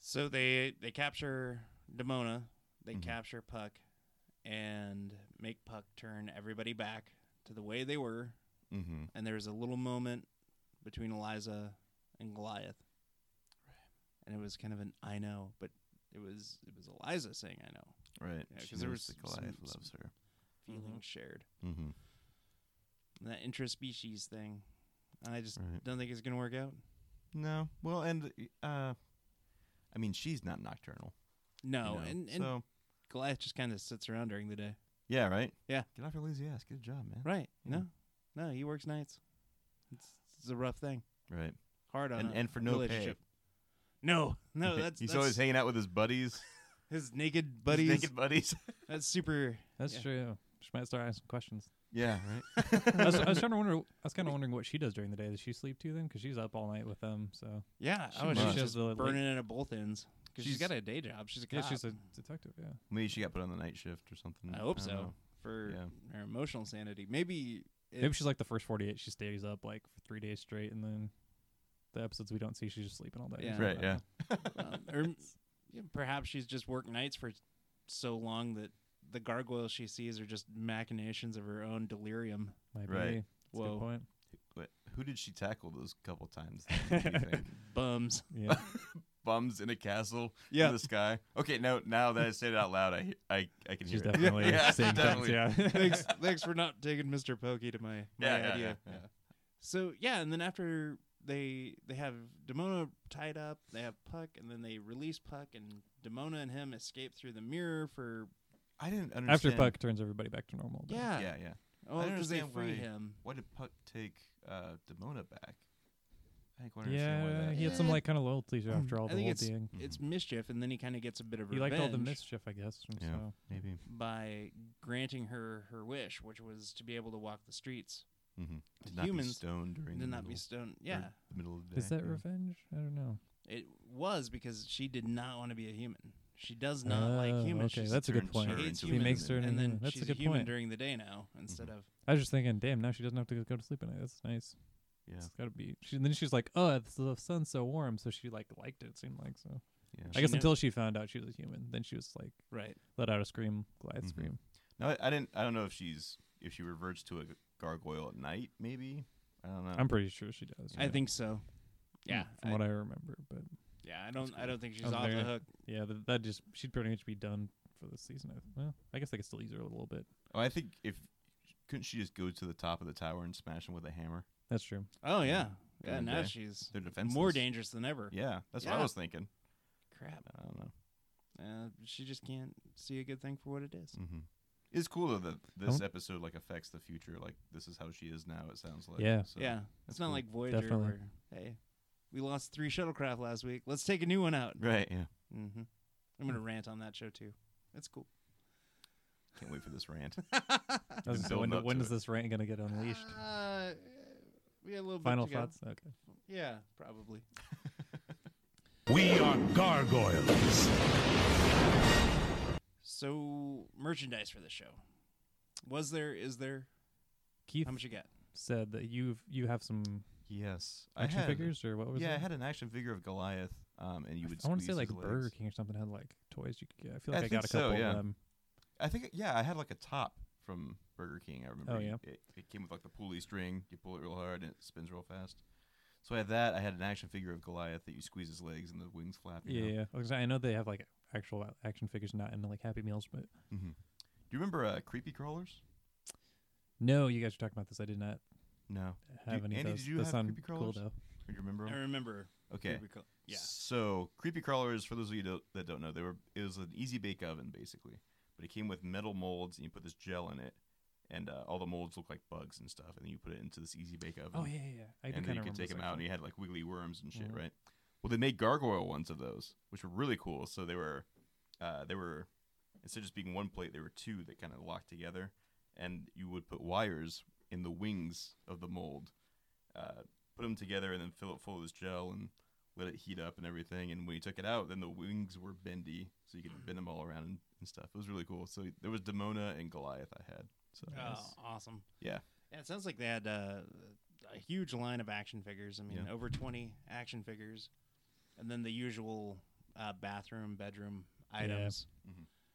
Speaker 3: so they they capture Demona, they
Speaker 1: Mhm.
Speaker 3: capture Puck, and make Puck turn everybody back to the way they were.
Speaker 1: mm-hmm.
Speaker 3: and there was a little moment between Eliza and Goliath, and it was kind of an "I know," but it was it was Eliza saying "I know,"
Speaker 1: Right.
Speaker 3: Yeah,
Speaker 1: she
Speaker 3: 'cause there
Speaker 1: knows
Speaker 3: was
Speaker 1: that Goliath
Speaker 3: some-
Speaker 1: loves her.
Speaker 3: feeling
Speaker 2: Mhm.
Speaker 3: shared,
Speaker 1: Mm-hmm.
Speaker 3: and that intraspecies thing. I just
Speaker 1: Right.
Speaker 3: don't think it's gonna work out.
Speaker 1: No. Well, and uh, I mean, she's not nocturnal. you
Speaker 3: No,
Speaker 1: know,
Speaker 3: Oh, and, and
Speaker 1: so
Speaker 3: Goliath just kind of sits around during the day.
Speaker 1: yeah, right.
Speaker 3: Yeah.
Speaker 1: Get off your lazy ass. Good job, man.
Speaker 3: Right?
Speaker 1: Yeah.
Speaker 3: No, no, he works nights. It's, it's a rough thing.
Speaker 1: Right.
Speaker 3: Hard on
Speaker 1: And-
Speaker 3: a
Speaker 1: and for no pay.
Speaker 3: relationship. No, no, that's
Speaker 1: he's
Speaker 3: that's
Speaker 1: always hanging out with his buddies,
Speaker 3: his naked
Speaker 1: But
Speaker 3: buddies.
Speaker 1: his naked buddies.
Speaker 3: That's super.
Speaker 2: That's
Speaker 3: Yeah.
Speaker 2: true. She might start asking questions.
Speaker 1: yeah,
Speaker 2: I was,
Speaker 1: right.
Speaker 2: I was trying to wonder. I was kind of wondering what she does during the day. Does she sleep too then? Because she's up all night with them. So
Speaker 3: Yeah,
Speaker 2: She
Speaker 3: oh,
Speaker 1: must.
Speaker 3: she's
Speaker 2: She has
Speaker 3: just
Speaker 2: the, like-
Speaker 3: burning it at both ends because she's
Speaker 1: She's-
Speaker 3: got a day job. She's a
Speaker 2: yeah,
Speaker 3: cop.
Speaker 2: she's a detective. Yeah.
Speaker 1: Maybe she got put on the night shift or something.
Speaker 3: I hope
Speaker 1: don't
Speaker 3: so
Speaker 1: know.
Speaker 3: for
Speaker 1: Yeah.
Speaker 3: her emotional sanity. Maybe if,
Speaker 2: Maybe she's like the first forty-eight. She stays up like for three days straight, and then the episodes we don't see, she's just sleeping all day. or
Speaker 3: Yeah.
Speaker 2: something
Speaker 1: Right,
Speaker 2: like that.
Speaker 3: um, or m- yeah, perhaps she's just worked nights for so long that the gargoyles she sees are just machinations of her own delirium.
Speaker 2: Might
Speaker 1: Right.
Speaker 2: be. That's a good
Speaker 3: Whoa.
Speaker 2: point.
Speaker 1: But Who did she tackle those couple times? Do you think?
Speaker 3: Bums.
Speaker 2: Yeah.
Speaker 1: Bums in a castle
Speaker 5: Yeah.
Speaker 1: in the sky. Okay, now now that I said it out loud, I I, I can
Speaker 2: She's
Speaker 1: hear it.
Speaker 2: definitely
Speaker 1: Yeah,
Speaker 2: saying
Speaker 1: definitely.
Speaker 2: things. Yeah.
Speaker 3: thanks, thanks for not taking Mr. Pokey to my, my
Speaker 1: Yeah, yeah,
Speaker 3: idea.
Speaker 1: yeah, yeah.
Speaker 3: So yeah, and then after they they have Demona tied up, they have Puck, and then they release Puck, and Demona and him escape through the mirror for
Speaker 1: I didn't understand.
Speaker 2: After Puck turns everybody back to normal. but-
Speaker 3: yeah,
Speaker 1: Yeah, yeah.
Speaker 3: oh,
Speaker 1: don't
Speaker 3: because they
Speaker 1: understand
Speaker 3: free
Speaker 1: why-
Speaker 3: him.
Speaker 1: Why did Puck take uh, Demona back? I think I don't understand why
Speaker 2: Yeah,
Speaker 1: that.
Speaker 2: he had some like kind of loyalty to after all
Speaker 3: Mm, I
Speaker 2: the
Speaker 3: think
Speaker 2: whole
Speaker 3: it's
Speaker 2: thing.
Speaker 1: Mm-hmm.
Speaker 3: it's mischief, and then he kind of gets a bit of
Speaker 2: He
Speaker 3: revenge
Speaker 2: liked all the mischief, I guess. and
Speaker 1: Yeah.
Speaker 2: so-
Speaker 1: Maybe.
Speaker 3: by granting her her wish, which was to be able to walk the streets,
Speaker 1: Mm-hmm. Did
Speaker 3: The
Speaker 1: not be
Speaker 3: humans
Speaker 1: stoned during
Speaker 3: and
Speaker 1: the
Speaker 3: then not
Speaker 1: middle,
Speaker 3: be stoned. Yeah,
Speaker 1: or the middle of the day.
Speaker 2: Is that
Speaker 1: yeah.
Speaker 2: revenge? I don't know.
Speaker 3: it was because she did not want to be a human. She does not
Speaker 2: Oh,
Speaker 3: like humans.
Speaker 2: Okay,
Speaker 3: She's-
Speaker 2: that's a good
Speaker 1: turned
Speaker 2: point.
Speaker 1: her
Speaker 3: She hates
Speaker 1: into a
Speaker 3: humans,
Speaker 1: He makes
Speaker 2: her
Speaker 3: and
Speaker 2: into a
Speaker 3: then
Speaker 2: human. That's a
Speaker 3: she's
Speaker 2: good
Speaker 3: human
Speaker 2: point.
Speaker 3: during the day now instead
Speaker 1: Mm-hmm.
Speaker 3: of
Speaker 2: I was just thinking, damn, now she doesn't have to go to sleep at night. That's nice.
Speaker 1: Yeah,
Speaker 2: It's gotta be. She, then she's like, oh, it's, the sun's so warm, so she like liked it. It seemed like so.
Speaker 1: yeah.
Speaker 2: I guess
Speaker 3: knew-
Speaker 2: until she found out she was a human, then she was like
Speaker 3: right.
Speaker 2: let out a scream, Goliath
Speaker 1: Mhm.
Speaker 2: scream.
Speaker 1: No, I, I didn't. I don't know if she's if she reverts to a gargoyle at night. Maybe I don't know.
Speaker 2: I'm pretty sure she does.
Speaker 3: I
Speaker 2: yeah.
Speaker 3: think so. Yeah,
Speaker 2: Hmm, from
Speaker 3: I,
Speaker 2: what I remember. But
Speaker 3: yeah. I don't. I don't think she's
Speaker 2: I'm
Speaker 3: off the
Speaker 2: very-
Speaker 3: hook.
Speaker 2: yeah, that, that just she'd pretty much be done for the season. I- Well, I guess I could still use her a little bit.
Speaker 1: oh, I think if couldn't she just go to the top of the tower and smash him with a hammer?
Speaker 2: That's true.
Speaker 3: Oh yeah, yeah.
Speaker 1: During the
Speaker 3: now
Speaker 1: day.
Speaker 3: she's
Speaker 1: They're defenseless.
Speaker 3: more dangerous than ever.
Speaker 1: Yeah, that's what
Speaker 3: Yeah.
Speaker 1: I was thinking.
Speaker 3: Crap.
Speaker 1: I don't know.
Speaker 3: Uh, she just can't see a good thing for what it is.
Speaker 1: Mm-hmm. It's cool though that this
Speaker 2: don't-
Speaker 1: episode like affects the future. Like this is how she is now. It sounds like.
Speaker 2: Yeah.
Speaker 1: So,
Speaker 3: yeah, it's
Speaker 1: that's
Speaker 3: not
Speaker 1: cool.
Speaker 3: like Voyager
Speaker 2: Definitely.
Speaker 3: where hey, we lost three shuttlecraft last week. Let's take a new one out.
Speaker 1: Right. Yeah.
Speaker 3: Mm-hmm. I'm gonna rant on that show too. That's cool.
Speaker 1: Can't wait for this rant.
Speaker 2: I was
Speaker 1: been
Speaker 2: gonna say, when
Speaker 1: building
Speaker 2: do-
Speaker 1: up
Speaker 2: when
Speaker 1: to
Speaker 2: is
Speaker 1: it.
Speaker 2: this rant gonna get unleashed?
Speaker 3: Uh, we got a little
Speaker 2: Final
Speaker 3: bit to go.
Speaker 2: thoughts. Okay.
Speaker 3: Yeah, probably.
Speaker 4: We are gargoyles.
Speaker 3: So merchandise for the show. Was there? Is there?
Speaker 2: Keith
Speaker 3: How much you got?
Speaker 2: said that you've you have some
Speaker 1: yes. I
Speaker 2: action
Speaker 1: had-
Speaker 2: figures or what was
Speaker 1: Yeah,
Speaker 2: it?
Speaker 1: I had an action figure of Goliath, um, and you would.
Speaker 2: I want to
Speaker 1: squeeze
Speaker 2: say like
Speaker 1: his legs.
Speaker 2: Burger King or something had like toys you could get. I feel
Speaker 1: I
Speaker 2: like I,
Speaker 1: think
Speaker 2: got a
Speaker 1: so,
Speaker 2: couple
Speaker 1: yeah.
Speaker 2: of them.
Speaker 1: I think yeah, I had like a top from Burger King. I remember.
Speaker 2: Oh,
Speaker 1: You-
Speaker 2: yeah.
Speaker 1: It, it came with like the pulley string. You pull it real hard and it spins real fast. So I had that. I had an action figure of Goliath that you squeeze his legs and the wings flap. You
Speaker 2: Yeah,
Speaker 1: Know?
Speaker 2: yeah. I was gonna say, I know they have like actual a- action figures, not in like Happy Meals, but
Speaker 1: Mm-hmm. Do you remember uh, creepy crawlers?
Speaker 2: no, you guys are talking about this. I did not
Speaker 1: No. Do
Speaker 2: have
Speaker 1: you-
Speaker 2: any
Speaker 1: Andy,
Speaker 2: of those.
Speaker 1: did you
Speaker 2: those
Speaker 1: have
Speaker 2: sound
Speaker 1: creepy
Speaker 2: cool
Speaker 1: crawlers?
Speaker 2: though.
Speaker 1: Do you remember? 'em?
Speaker 3: I remember.
Speaker 1: Okay.
Speaker 3: Rubico- Yeah.
Speaker 1: So creepy crawlers, for those of you do- that don't know, they were it was an easy bake oven basically, but it came with metal molds and you put this gel in it, and uh, all the molds look like bugs and stuff, and then you put it into this easy bake oven.
Speaker 2: Oh yeah, yeah. yeah. I
Speaker 1: and
Speaker 2: do kinda
Speaker 1: then you could
Speaker 2: remember
Speaker 1: take
Speaker 2: this,
Speaker 1: them out, and
Speaker 2: actually.
Speaker 1: you had like wiggly worms and shit,
Speaker 2: Mhm.
Speaker 1: right? Well, they made gargoyle ones of those, which were really cool. So they were, uh, they were instead of just being one plate, they were two that kind of locked together, and you would put wires in the wings of the mold, uh, put them together, and then fill it full of this gel and let it heat up and everything. And when you took it out, then the wings were bendy, so you could
Speaker 2: Mm.
Speaker 1: bend them all around and, and stuff. It was really cool. So there was Demona and Goliath I had. So
Speaker 3: Oh, awesome.
Speaker 1: Yeah.
Speaker 3: Yeah. It sounds like they had uh, a huge line of action figures. I mean,
Speaker 1: Yeah.
Speaker 3: over 20 action figures, and then the usual uh, bathroom, bedroom items,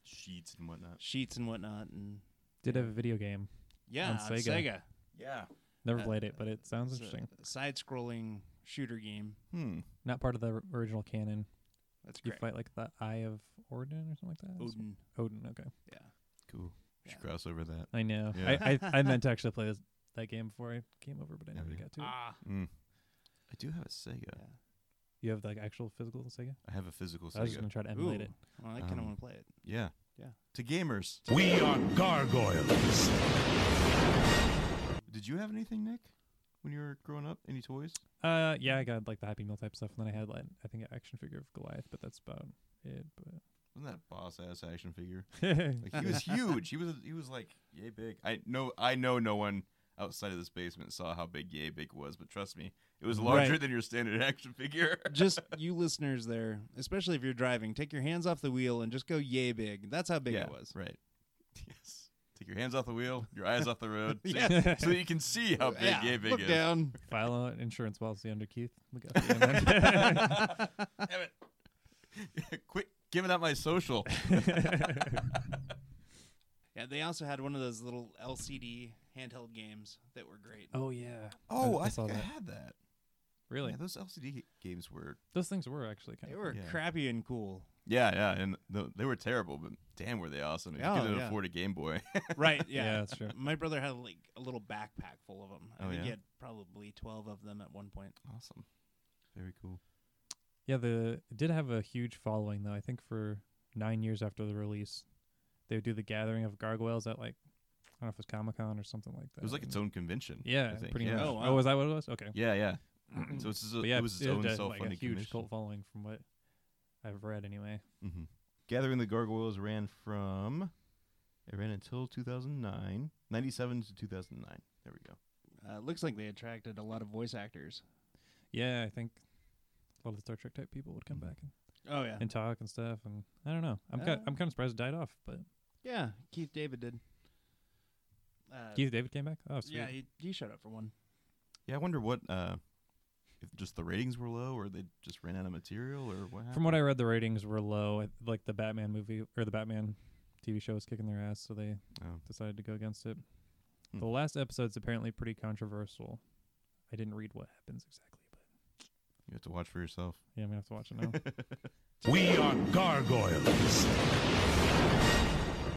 Speaker 1: sheets and whatnot.
Speaker 3: sheets and whatnot, and
Speaker 2: Did have a video game.
Speaker 3: yeah,
Speaker 2: On
Speaker 3: on
Speaker 2: Sega.
Speaker 3: Sega.
Speaker 1: Yeah.
Speaker 2: Never
Speaker 3: Uh,
Speaker 2: played it, but it sounds
Speaker 3: It's a
Speaker 2: interesting.
Speaker 3: Side-scrolling shooter game.
Speaker 1: Hmm.
Speaker 2: Not part of the r- original canon.
Speaker 3: That's
Speaker 2: You
Speaker 3: great.
Speaker 2: fight like the Eye of Odin or something like that. It's-
Speaker 3: Odin.
Speaker 2: Odin. Okay.
Speaker 3: Yeah.
Speaker 1: Cool. We should
Speaker 3: Yeah.
Speaker 1: cross over that.
Speaker 2: I know.
Speaker 1: Yeah.
Speaker 2: I, I I meant to actually play this, that game before I came over, but I never
Speaker 1: Yeah.
Speaker 2: got to. it.
Speaker 3: Ah.
Speaker 1: Mm. I do have a Sega.
Speaker 3: Yeah.
Speaker 2: You have like actual physical Sega.
Speaker 1: I have a physical
Speaker 2: I was just
Speaker 1: Sega.
Speaker 2: gonna try to
Speaker 3: Ooh.
Speaker 2: emulate it.
Speaker 3: Well, I kind of
Speaker 1: Um,
Speaker 3: want to play it.
Speaker 1: Yeah.
Speaker 3: Yeah.
Speaker 1: To gamers.
Speaker 4: We are gargoyles.
Speaker 1: Did you have anything, Nick, when you were growing up? Any toys?
Speaker 2: Uh, yeah, I got like the Happy Meal type stuff, and then I had like I think an action figure of Goliath, but that's about it.
Speaker 1: Wasn't that a boss ass action figure?
Speaker 2: But
Speaker 1: Like he was huge. He was he was like yay big. I know I know no one outside of this basement saw how big yay big was, but trust me, it was larger
Speaker 3: Right.
Speaker 1: than your standard action figure.
Speaker 3: just you listeners there, especially if you're driving, take your hands off the wheel and just go yay big. That's how big
Speaker 1: yeah,
Speaker 3: it was.
Speaker 1: Right. Yes. Take your hands off the wheel, your eyes off the road, so,
Speaker 3: Yeah.
Speaker 1: you, so you can see how big
Speaker 3: yeah,
Speaker 1: yay big
Speaker 3: look
Speaker 1: is.
Speaker 3: down.
Speaker 2: file an insurance policy under Keith. Look out for you, man.
Speaker 1: Damn it. Quit giving out my social.
Speaker 3: Yeah, they also had one of those little LCD handheld games that were great.
Speaker 2: Oh yeah.
Speaker 1: Oh,
Speaker 2: I
Speaker 1: I,
Speaker 2: saw
Speaker 1: think I
Speaker 2: that.
Speaker 1: had that.
Speaker 2: Really?
Speaker 1: Yeah, those LCD games were.
Speaker 2: Those things were actually kind
Speaker 3: They
Speaker 2: of.
Speaker 3: were
Speaker 1: Yeah.
Speaker 3: crappy and cool.
Speaker 1: Yeah, yeah, and th- they were terrible, but damn, were they awesome! If
Speaker 3: Oh,
Speaker 1: you couldn't
Speaker 3: yeah.
Speaker 1: afford a Game Boy.
Speaker 3: Right,
Speaker 2: Yeah.
Speaker 3: yeah.
Speaker 2: that's true.
Speaker 3: My brother had like a little backpack full of them. I
Speaker 1: Oh,
Speaker 3: think
Speaker 1: yeah?
Speaker 3: he had probably 12 of them at one point.
Speaker 1: awesome, very cool.
Speaker 2: Yeah, the it did have a huge following though. I think for nine years after the release, they would do the gathering of gargoyles at like I don't know if it was Comic Con or something like that.
Speaker 1: It was like its
Speaker 2: and-
Speaker 1: own convention.
Speaker 2: Yeah,
Speaker 1: I think.
Speaker 2: pretty
Speaker 1: yeah.
Speaker 2: much.
Speaker 3: Oh,
Speaker 2: Oh,
Speaker 3: wow.
Speaker 2: was that what it was? Okay.
Speaker 1: Yeah, yeah. so it's just a,
Speaker 2: But yeah,
Speaker 1: it was its
Speaker 2: it
Speaker 1: own
Speaker 2: had, like, a
Speaker 1: self-funding
Speaker 2: huge
Speaker 1: commission.
Speaker 2: cult following from what I've read anyway.
Speaker 1: hmm Gathering the Gargoyles ran from it ran until 2009, 97 to 2009. There we go.
Speaker 3: Uh, looks like they attracted a lot of voice actors.
Speaker 2: Yeah, I think a lot of the Star Trek type people would come
Speaker 1: Mhm.
Speaker 2: back and,
Speaker 3: Oh, yeah.
Speaker 2: and talk and stuff. And I don't know. I'm ki-
Speaker 3: Uh,
Speaker 2: I'm kind of surprised it died off. But
Speaker 3: Yeah, Keith David did. Uh,
Speaker 2: Keith David came back. Oh, sweet.
Speaker 3: yeah, he, he showed up for one.
Speaker 1: Yeah, I wonder what uh if just the ratings were low or they just ran out of material or what happened.
Speaker 2: From what I read, the ratings were low. I- Like the Batman movie or the Batman TV show was kicking their ass, so they
Speaker 1: Oh.
Speaker 2: decided to go against it.
Speaker 1: Hmm.
Speaker 2: The last episode's apparently pretty controversial. I didn't read what happens exactly, but
Speaker 1: you have to watch for yourself.
Speaker 2: yeah, I'm gonna have to watch it now.
Speaker 4: We are gargoyles.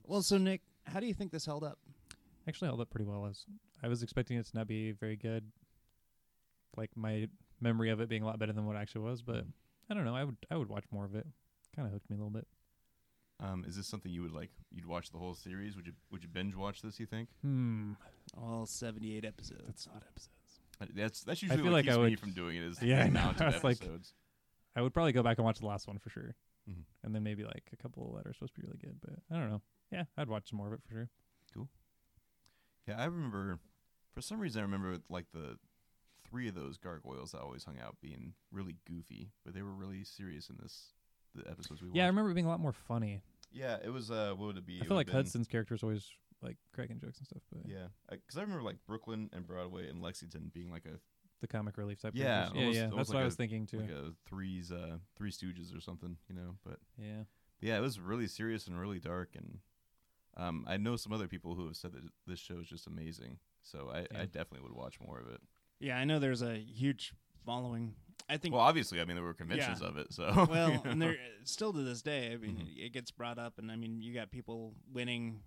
Speaker 3: Well, so, Nick, how do you think this held up?
Speaker 2: Actually, held up pretty well. I was I was expecting it to not be very good. Like my memory of it being a lot better than what it actually was, but I don't know. I would I would watch more of it. Kind of hooked me a little bit.
Speaker 1: Um, is this something you would like? You'd watch the whole series? Would you Would you binge watch this? You think?
Speaker 2: Hmm.
Speaker 3: All 78 episodes. That's not
Speaker 1: I-
Speaker 3: episodes.
Speaker 1: Uh, That's that's usually
Speaker 2: feel
Speaker 1: what
Speaker 2: like I
Speaker 1: keeps me
Speaker 2: would-
Speaker 1: from doing it. Is
Speaker 2: Yeah, I
Speaker 1: the
Speaker 2: know.
Speaker 1: amount
Speaker 2: I
Speaker 1: of
Speaker 2: was like-
Speaker 1: episodes.
Speaker 2: I would probably go back and watch the last one for sure,
Speaker 1: Mhm.
Speaker 2: and then maybe like a couple that are supposed to be really good. But I don't know. Yeah, I'd watch some more of it for sure.
Speaker 1: Yeah, I remember. For some reason, I remember like the three of those gargoyles that always hung out being really goofy, but they were really serious in this the episodes we watched.
Speaker 2: Yeah, I remember it being a lot more funny.
Speaker 1: Yeah, it was. Uh, what would it be? It
Speaker 2: I
Speaker 1: would
Speaker 2: feel like
Speaker 1: have been-
Speaker 2: Hudson's character is always like cracking jokes and stuff, but
Speaker 1: Yeah, because I remember like Brooklyn and Broadway and Lexington being like a
Speaker 2: the comic relief type.
Speaker 1: Yeah,
Speaker 2: characters.
Speaker 1: almost-
Speaker 2: yeah, yeah.
Speaker 1: almost
Speaker 2: That's what
Speaker 1: like
Speaker 2: I
Speaker 1: a-
Speaker 2: was thinking too.
Speaker 1: like a threes, uh, Three Stooges or something, you know. But
Speaker 2: yeah,
Speaker 1: yeah, it was really serious and really dark, and um, I know some other people who have said that this show is just amazing. So I,
Speaker 2: Yeah.
Speaker 1: I definitely would watch more of it.
Speaker 3: Yeah, I know there's a huge following. I think
Speaker 1: Well, obviously, I mean there were conventions of it, so
Speaker 3: well,
Speaker 1: you
Speaker 3: and
Speaker 1: know.
Speaker 3: they're still to this day. I mean,
Speaker 2: Mm-hmm.
Speaker 1: Mhm.
Speaker 3: it gets brought up, and I mean, you got people winning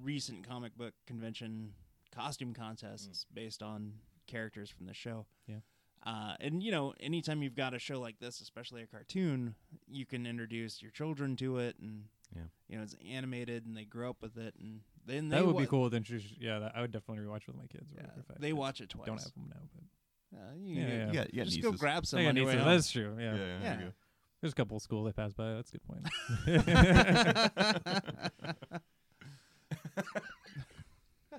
Speaker 3: recent comic book convention costume contests based on characters from the show.
Speaker 2: Mm. Yeah.
Speaker 3: Uh, and you know, anytime you've got a show like this, especially a cartoon, you can introduce your children to it, and
Speaker 1: Yeah.
Speaker 3: you know, it's animated, and they grow up with it, and then they
Speaker 2: that would
Speaker 3: wa-
Speaker 2: be cool to introduce. Yeah, that, I would definitely rewatch with my kids.
Speaker 3: Yeah,
Speaker 2: if I
Speaker 3: they
Speaker 2: could.
Speaker 3: watch it twice.
Speaker 2: Don't have them now, but
Speaker 3: Uh, you,
Speaker 2: Yeah,
Speaker 3: you-
Speaker 2: yeah.
Speaker 1: you got, you got
Speaker 3: Just go
Speaker 1: nieces.
Speaker 3: grab some
Speaker 2: I
Speaker 3: on
Speaker 2: got
Speaker 3: your way
Speaker 2: nieces.
Speaker 3: home.
Speaker 2: uh, That's true.
Speaker 1: Yeah,
Speaker 2: Yeah.
Speaker 1: yeah, there you
Speaker 3: Yeah.
Speaker 2: there's a couple of school they pass by. That's a good point.
Speaker 1: go.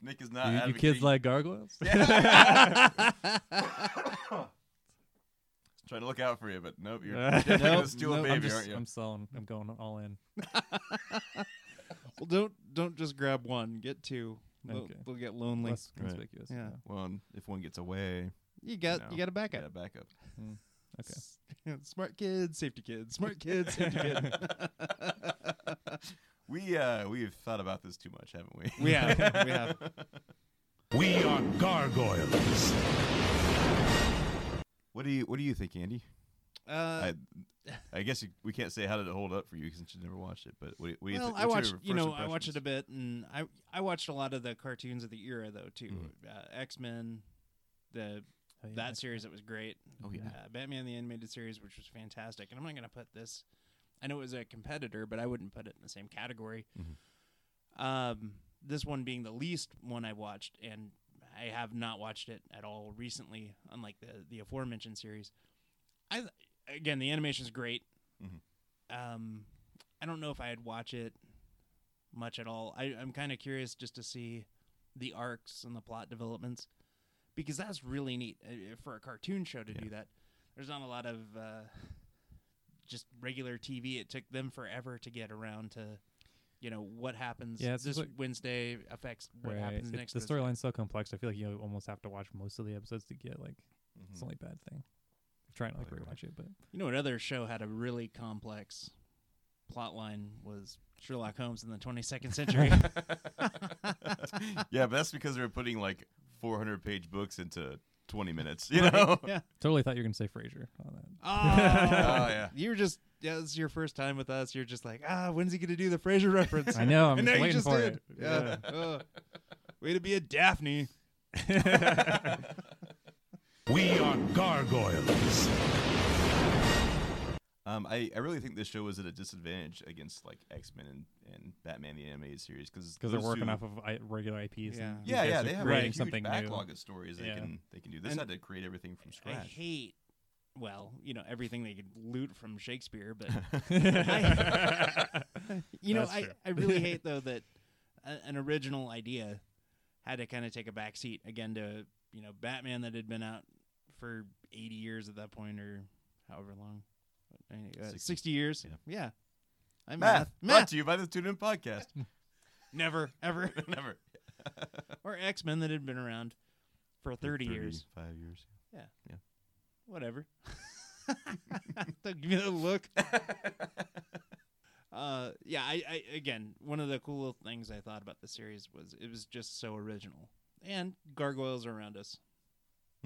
Speaker 1: Nick is
Speaker 2: you,
Speaker 1: not.
Speaker 2: you
Speaker 1: advocating-
Speaker 2: kids like gargoyles?
Speaker 1: Trying to look out for you, but nope, you're
Speaker 2: Uh,
Speaker 1: definitely
Speaker 2: nope,
Speaker 1: gonna steal
Speaker 2: nope,
Speaker 1: a
Speaker 2: I'm,
Speaker 1: baby,
Speaker 2: just-
Speaker 1: aren't you?
Speaker 2: I'm selling. I'm going all in.
Speaker 3: Well, don't don't just grab one. Get two. They'll,
Speaker 2: Okay.
Speaker 3: they'll get lonely.
Speaker 2: Less
Speaker 1: Right.
Speaker 2: conspicuous.
Speaker 3: Yeah.
Speaker 1: Well, and if one gets away,
Speaker 3: you got
Speaker 1: No.
Speaker 3: you got a
Speaker 1: yeah,
Speaker 3: backup.
Speaker 1: back up.
Speaker 2: Hmm. Okay.
Speaker 3: Smart kids, safety kids. Smart kids, safety kid.
Speaker 1: We uh we've thought about this too much, haven't we?
Speaker 3: we have we have.
Speaker 4: We are gargoyles.
Speaker 1: What do you What do you think, Andy?
Speaker 3: Uh,
Speaker 1: I I guess you, we can't say how did it hold up for you since you never watched it. But what, do- what do you
Speaker 3: well,
Speaker 1: think?
Speaker 3: I watched you know I watched it a bit, and I I watched a lot of the cartoons of the era though too.
Speaker 1: Mhm.
Speaker 3: Uh, X Men, the
Speaker 2: Oh, yeah,
Speaker 3: that series that was great.
Speaker 1: Oh, yeah.
Speaker 3: uh, Batman the animated series, which was fantastic. And I'm not gonna put this. I know it was a competitor, but I wouldn't put it in the same category.
Speaker 1: Mhm.
Speaker 3: Um, this one being the least one I watched, and I have not watched it at all recently, unlike the the aforementioned series. I th- again, the animation's great.
Speaker 1: Mhm.
Speaker 3: Um, I don't know if I'd watch it much at all. I, I'm kind of curious just to see the arcs and the plot developments because that's really neat uh, uh, for a cartoon show to
Speaker 1: Yeah.
Speaker 3: do that. There's not a lot of uh, just regular TV. It took them forever to get around to, you know, what happens
Speaker 2: Yeah, it's
Speaker 3: this
Speaker 2: like-
Speaker 3: Wednesday affects what
Speaker 2: Right.
Speaker 3: happens
Speaker 2: It-
Speaker 3: next.
Speaker 2: The
Speaker 3: Wednesday.
Speaker 2: storyline's so complex. I feel like you almost have to watch most of the episodes to get like
Speaker 1: Mm-hmm.
Speaker 2: it's the only bad thing. Try and like
Speaker 1: Probably right.
Speaker 2: rewatch it, but
Speaker 3: You know, another show had a really complex plotline was Sherlock Holmes in the 22nd century.
Speaker 1: yeah, but that's because they're putting like 400 page books into 20 minutes. You know?
Speaker 3: yeah.
Speaker 2: Totally thought you were gonna say Frasier on that.
Speaker 3: Oh,
Speaker 1: yeah.
Speaker 3: You were just yeah. This is your first time with us. You're just like ah. When's he gonna do the Frasier reference?
Speaker 2: I know. I'm
Speaker 3: and
Speaker 2: just
Speaker 3: now you
Speaker 2: waiting
Speaker 3: just
Speaker 2: for
Speaker 3: did.
Speaker 2: it.
Speaker 3: Yeah. Uh, way to be a Daphne.
Speaker 4: We are gargoyles.
Speaker 1: Um, I, I really think this show was at a disadvantage against like X Men and, and Batman the animated series because
Speaker 2: Because they're working off of I- regular IPs.
Speaker 3: Yeah.
Speaker 2: And these
Speaker 1: Yeah,
Speaker 2: guys
Speaker 1: yeah,
Speaker 2: are
Speaker 1: they have a
Speaker 2: creating
Speaker 1: huge
Speaker 2: something
Speaker 1: backlog
Speaker 2: new.
Speaker 1: of stories they
Speaker 2: Yeah.
Speaker 1: can they can do. This
Speaker 3: And-
Speaker 1: had to create everything from
Speaker 3: I
Speaker 1: scratch.
Speaker 3: hate. Well, you know everything they could loot from Shakespeare, but I- you know
Speaker 2: That's
Speaker 3: I,
Speaker 2: true.
Speaker 3: I really hate though that a, an original idea had to kind of take a back seat again to you know Batman that had been out for 80 years at that point or however long, I mean, uh, 60.
Speaker 1: 60.
Speaker 3: years.
Speaker 1: Yeah.
Speaker 3: Yeah, I'm
Speaker 1: Math,
Speaker 3: math,
Speaker 1: brought to you by the Tune In Podcast.
Speaker 3: never ever
Speaker 1: Never.
Speaker 3: or X Men that had been around for 30, years.
Speaker 1: Five years.
Speaker 3: Whatever. Don't give me that look. uh, yeah, I, I again one of the cool things I thought about the series was it was just so original, and gargoyles are around us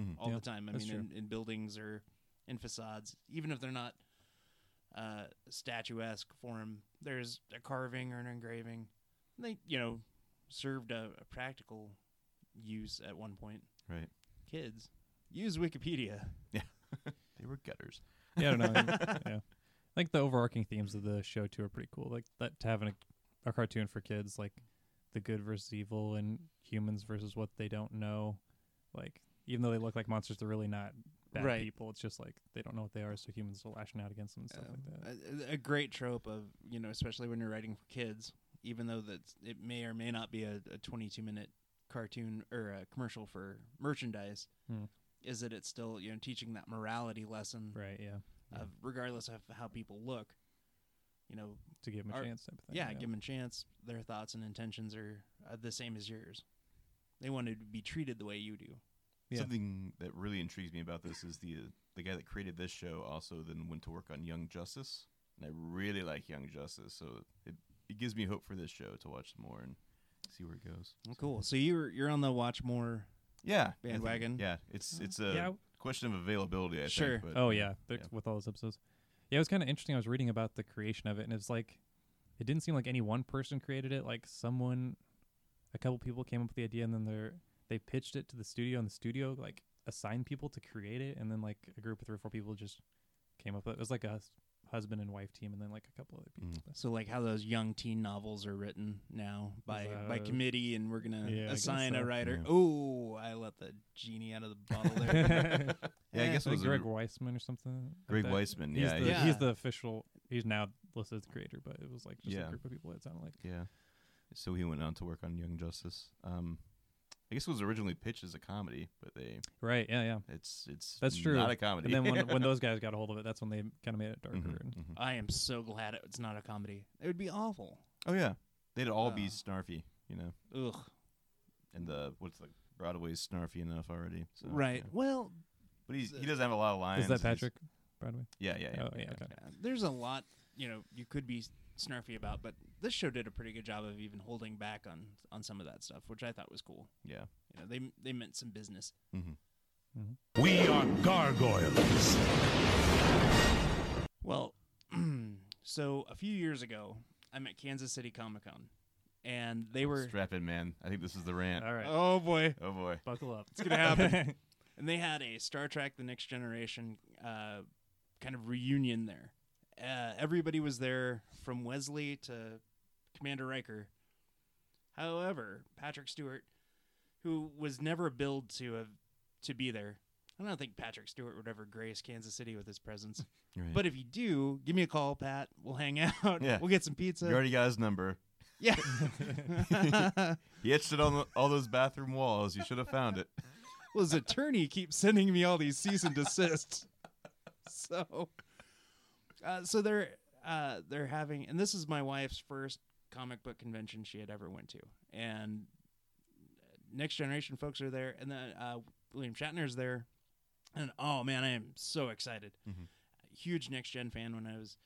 Speaker 1: Mhm.
Speaker 3: all
Speaker 2: Mm-hmm. Yeah,
Speaker 3: the time. I
Speaker 2: that's
Speaker 3: mean, in, in buildings or in facades, even if they're not uh, statuesque form, there's a carving or an engraving. They, you know, served a, a practical use at one point.
Speaker 1: Right.
Speaker 3: Kids use Wikipedia.
Speaker 1: They were gutters.
Speaker 2: yeah, I don't know. I- yeah. I think the overarching themes of the show too are pretty cool. Like that to having a, a cartoon for kids, like the good versus evil and humans versus what they don't know. Like even though they look like monsters, they're really not bad
Speaker 3: Right.
Speaker 2: people. It's just like they don't know what they are, so humans are lashing out against them and stuff
Speaker 3: Um,
Speaker 2: like that.
Speaker 3: a, a great trope of you know especially when you're writing for kids even though that it may or may not be a, a 22 minute cartoon or a commercial for merchandise
Speaker 2: Hmm.
Speaker 3: is that it's still you know teaching that morality lesson
Speaker 2: right? Yeah. yeah.
Speaker 3: of regardless of how people look you know
Speaker 2: To give them a
Speaker 3: Or-
Speaker 2: chance, type of thing.
Speaker 3: yeah, give 'em give them a chance their thoughts and intentions are uh, the same as yours they want to be treated the way you do
Speaker 2: Yeah.
Speaker 1: Something that really intrigues me about this is the uh, the guy that created this show also then went to work on Young Justice, and I really like Young Justice, so it, it gives me hope for this show to watch some more and see where it goes.
Speaker 3: cool so you're you're on the watch more
Speaker 1: Yeah, I think-
Speaker 3: Bandwagon.
Speaker 1: Yeah, it's it's a
Speaker 2: Yeah, w-
Speaker 1: question of availability. I
Speaker 3: Sure.
Speaker 1: Think, but
Speaker 2: Oh yeah, th-
Speaker 1: yeah.
Speaker 2: with all those episodes. Yeah, it was kind of interesting. I was reading about the creation of it, and it's like, it didn't seem like any one person created it. Like someone, a couple people came up with the idea, and then they they pitched it to the studio, and the studio like assigned people to create it, and then like a group of three or four people just came up with it. It was like a hus- husband and wife team, and then like a couple other people.
Speaker 3: So like how those young teen novels are written now by by
Speaker 2: Uh,
Speaker 3: committee, and we're gonna
Speaker 2: yeah, I guess
Speaker 3: assign a
Speaker 2: so.
Speaker 3: writer.
Speaker 1: Yeah.
Speaker 3: Oh, I let the genie out of the bottle there.
Speaker 2: yeah,
Speaker 1: yeah, I
Speaker 3: Eh,
Speaker 1: guess it
Speaker 2: like
Speaker 1: was
Speaker 2: Greg
Speaker 1: a,
Speaker 2: Weisman or something. like
Speaker 1: Greg
Speaker 2: that.
Speaker 1: Weissman.
Speaker 2: He's
Speaker 1: Yeah,
Speaker 2: the,
Speaker 1: yeah,
Speaker 3: yeah.
Speaker 2: he's the official. He's now listed as the creator, but it was like just
Speaker 1: Yeah.
Speaker 2: a group of people. It sounded like.
Speaker 1: yeah. So he went on to work on Young Justice. Um, I guess it was originally pitched as a comedy, but they
Speaker 2: Right. Yeah. Yeah.
Speaker 1: it's it's
Speaker 2: That's true.
Speaker 1: Not a comedy.
Speaker 2: And then when, when those guys got a hold of it, that's when they kind of made it darker.
Speaker 1: Mhm,
Speaker 2: And
Speaker 1: mhm.
Speaker 3: I am so glad it's not a comedy. It would be awful.
Speaker 1: Oh yeah, they'd all be
Speaker 3: Uh,
Speaker 1: snarfy, you know,
Speaker 3: Ugh.
Speaker 1: and the what's the Broadway's snarfy enough already. So,
Speaker 3: right.
Speaker 1: yeah.
Speaker 3: Well,
Speaker 1: but he's, he doesn't have a lot of lines.
Speaker 2: Is that
Speaker 1: He's-
Speaker 2: Patrick, by the way?
Speaker 1: Yeah, yeah, yeah.
Speaker 2: Oh, yeah. Okay.
Speaker 3: uh, there's a lot you know you could be s- snarfy about, but this show did a pretty good job of even holding back on on some of that stuff, which I thought was cool.
Speaker 1: yeah.
Speaker 3: You know, they they meant some business.
Speaker 1: hmm
Speaker 4: We are gargoyles.
Speaker 3: Well, so a few years ago, I'm at Kansas City Comic Con, and they were
Speaker 1: Strap in, man. I think this is the rant.
Speaker 2: All right.
Speaker 3: Oh boy,
Speaker 1: Oh boy.
Speaker 2: Buckle up. It's
Speaker 3: gonna happen. and they had a Star Trek: The Next Generation uh, kind of reunion there. Uh, everybody was there from Wesley to Commander Riker. However, Patrick Stewart, who was never billed to have to be there, I don't think Patrick Stewart would ever grace Kansas City with his presence.
Speaker 1: Right.
Speaker 3: But if you do, give me a call, Pat. We'll hang out.
Speaker 1: Yeah.
Speaker 3: We'll get some pizza.
Speaker 1: you already got his number.
Speaker 3: yeah.
Speaker 1: He etched it on the, all those bathroom walls. You should have found it.
Speaker 3: well, his attorney keeps sending me all these cease and desists. So, uh, so they're uh, they're having, and this is my wife's first comic book convention she had ever went to, and Next Generation folks are there, and then uh, William Shatner's there, and oh man, I am so excited.
Speaker 1: Mhm.
Speaker 3: Huge Next Gen fan when I was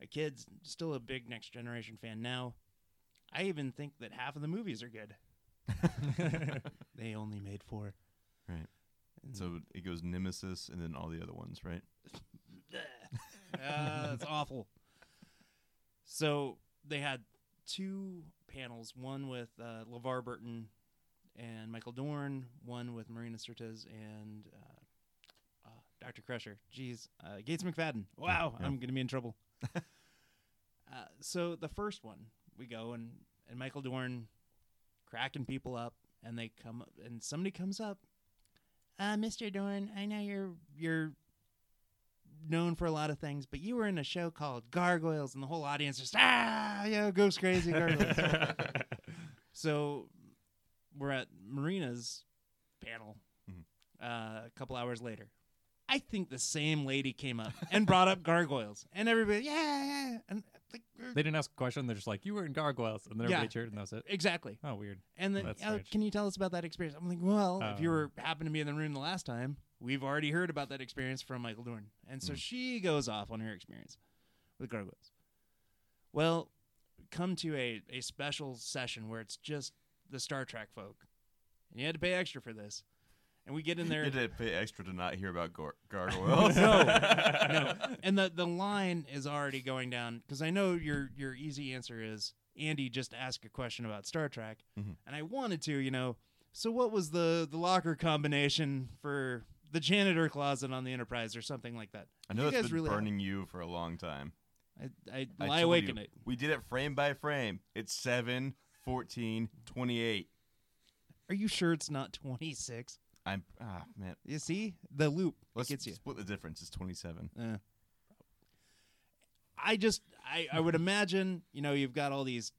Speaker 3: a kid's still a big Next Generation fan now. I even think that half of the movies are good. they only made four.
Speaker 1: Right.
Speaker 3: And-
Speaker 1: So it goes Nemesis and then all the other ones, right?
Speaker 3: Ah, that's awful. So they had two panels, one with uh, LeVar Burton and Michael Dorn, one with Marina Sirtis and uh, uh, Dr. Crusher. Jeez, uh, Gates McFadden. Wow,
Speaker 1: yeah.
Speaker 3: I'm going to be in trouble. uh, so the first one, we go and, and Michael Dorn cracking people up, and they come up- and somebody comes up. Uh, Mr. Dorn, I know you're you're known for a lot of things, but you were in a show called Gargoyles, and the whole audience just ah, yeah, goes crazy. Gargoyles. so we're at Marina's panel
Speaker 1: Mhm.
Speaker 3: uh, a couple hours later. I think the same lady came up and brought up gargoyles, and everybody, yeah, yeah, and like,
Speaker 2: They didn't ask a question. They're just like, you were in gargoyles, and then
Speaker 3: Yeah.
Speaker 2: everybody cheered, and that was it.
Speaker 3: exactly.
Speaker 2: Oh, weird.
Speaker 3: And then,
Speaker 2: That's
Speaker 3: oh,
Speaker 2: strange.
Speaker 3: can you tell us about that experience? I'm like, well, if you
Speaker 2: Um,
Speaker 3: were happened to be in the room the last time, we've already heard about that experience from Michael Dorn, and so
Speaker 2: Hmm.
Speaker 1: Mm.
Speaker 3: she goes off on her experience with gargoyles. Well, come to a a special session where it's just the Star Trek folk, and you had to pay extra for this, and we get in there.
Speaker 1: You had to pay extra to not hear about gar- gargoyles.
Speaker 3: Oh, no, no. And the the line is already going down because I know your your easy answer is Andy just ask a question about Star Trek,
Speaker 1: Mhm.
Speaker 3: and I wanted to, you know. So what was the the locker combination for the janitor closet on the Enterprise or something like that?
Speaker 1: I know
Speaker 3: You
Speaker 1: it's
Speaker 3: guys
Speaker 1: been
Speaker 3: really-
Speaker 1: burning you for a long time.
Speaker 3: I, I
Speaker 1: I
Speaker 3: lie
Speaker 1: told
Speaker 3: awake
Speaker 1: you,
Speaker 3: at night.
Speaker 1: We did it frame by frame. It's 7, 14, 28.
Speaker 3: Are you sure it's not twenty six?
Speaker 1: I'm ah man.
Speaker 3: You see the loop it
Speaker 1: Let's
Speaker 3: gets you.
Speaker 1: split the difference. It's 27.
Speaker 3: Uh, I just I, I would imagine you know you've got all these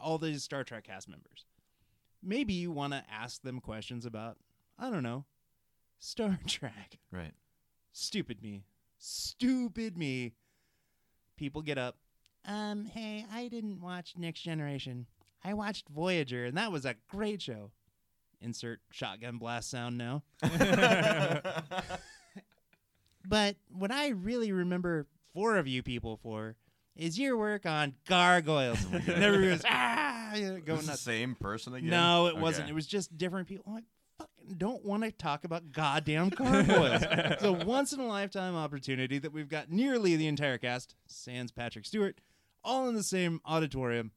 Speaker 3: all these Star Trek cast members. Maybe you want to ask them questions about I don't know Star Trek.
Speaker 1: Right.
Speaker 3: Stupid me, stupid me. People get up. Um, hey, I didn't watch Next Generation. I watched Voyager, and that was a great show. Insert shotgun blast sound now. But what I really remember four of you people for is your work on gargoyles. and everybody was ah you know,
Speaker 1: Go
Speaker 3: going
Speaker 1: the
Speaker 3: nuts.
Speaker 1: same person again?
Speaker 3: No, it
Speaker 1: Okay.
Speaker 3: wasn't. It was just different people. I'm like, fucking don't want to talk about goddamn gargoyles. it's a once in a lifetime opportunity that we've got nearly the entire cast, sans Patrick Stewart, all in the same auditorium,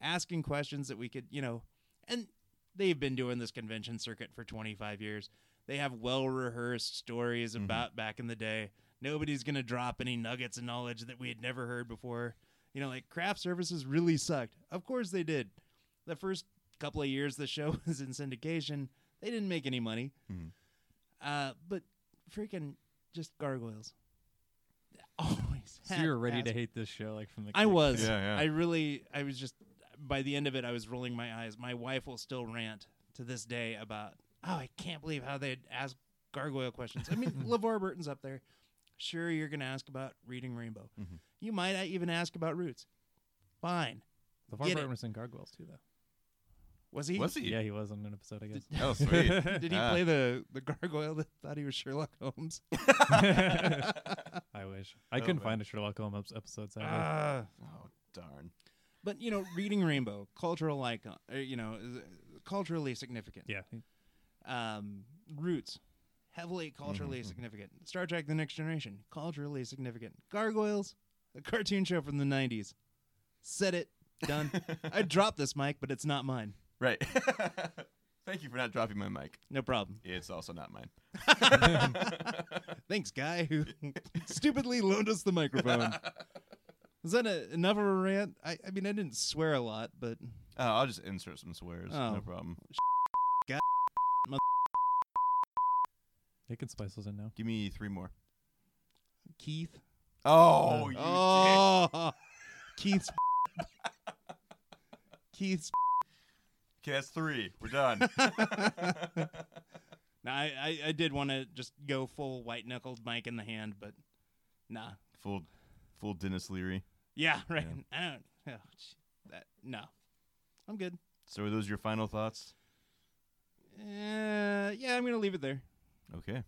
Speaker 3: asking questions that we could, you know, and they've been doing this convention circuit for 25 years. They have well rehearsed stories
Speaker 1: Mm-hmm.
Speaker 3: about back in the day. Nobody's going to drop any nuggets of knowledge that we had never heard before. You know, like craft services really sucked. Of course they did. The first couple of years the show was in syndication, they didn't make any money.
Speaker 2: Mm-hmm.
Speaker 1: Mhm.
Speaker 3: Uh, but freaking just gargoyles. Always.
Speaker 2: So
Speaker 3: had
Speaker 2: you were ready
Speaker 3: asked
Speaker 2: to hate this show, like from the.
Speaker 3: I was.
Speaker 1: Yeah, yeah.
Speaker 3: I really, I was just, by the end of it, I was rolling my eyes. My wife will still rant to this day about, oh, I can't believe how they'd ask gargoyle questions. I mean, LeVar Burton's up there. Sure, you're going to ask about Reading Rainbow.
Speaker 1: Mhm.
Speaker 3: You might even ask about Roots. Fine.
Speaker 2: The
Speaker 3: Get it.
Speaker 2: Burton was in gargoyles too, though.
Speaker 3: Was he?
Speaker 1: Was he?
Speaker 2: Yeah, he was on an episode, I guess.
Speaker 1: Oh, sweet.
Speaker 3: Did he
Speaker 1: Ah.
Speaker 3: play the, the gargoyle that thought he was Sherlock Holmes? Oh,
Speaker 2: I wish I
Speaker 1: Oh,
Speaker 2: couldn't
Speaker 1: man.
Speaker 2: find a Sherlock Holmes episode. Sadly.
Speaker 3: Ah.
Speaker 1: oh, darn.
Speaker 3: but, you know, Reading Rainbow, cultural icon, uh, you know, is, uh, culturally significant.
Speaker 2: yeah, he-
Speaker 3: um, roots heavily culturally
Speaker 1: Mhm.
Speaker 3: significant star trek the next generation culturally significant gargoyles a cartoon show from the 90s said it done i dropped this mic but it's not mine
Speaker 1: Right. Thank you for not dropping my mic.
Speaker 3: no problem
Speaker 1: It's also not mine.
Speaker 3: thanks guy who stupidly loaned us the microphone is that a, enough of a rant I, I mean i didn't swear a lot but
Speaker 1: Oh, I'll just insert some swears.
Speaker 3: Oh.
Speaker 1: No problem.
Speaker 2: they can spice those in now.
Speaker 1: Give me three more.
Speaker 3: keith
Speaker 1: Oh, you dick.
Speaker 3: oh keith's keith's
Speaker 1: Okay, that's three. We're done.
Speaker 3: Now, I, I, I did want to just go full white knuckled mic in the hand, but nah.
Speaker 1: full, full Dennis Leary.
Speaker 3: Yeah, right. I don't. Oh, gee, that no, I'm good.
Speaker 1: So, are those your final thoughts?
Speaker 3: Uh, yeah, I'm gonna leave it there.
Speaker 1: Okay.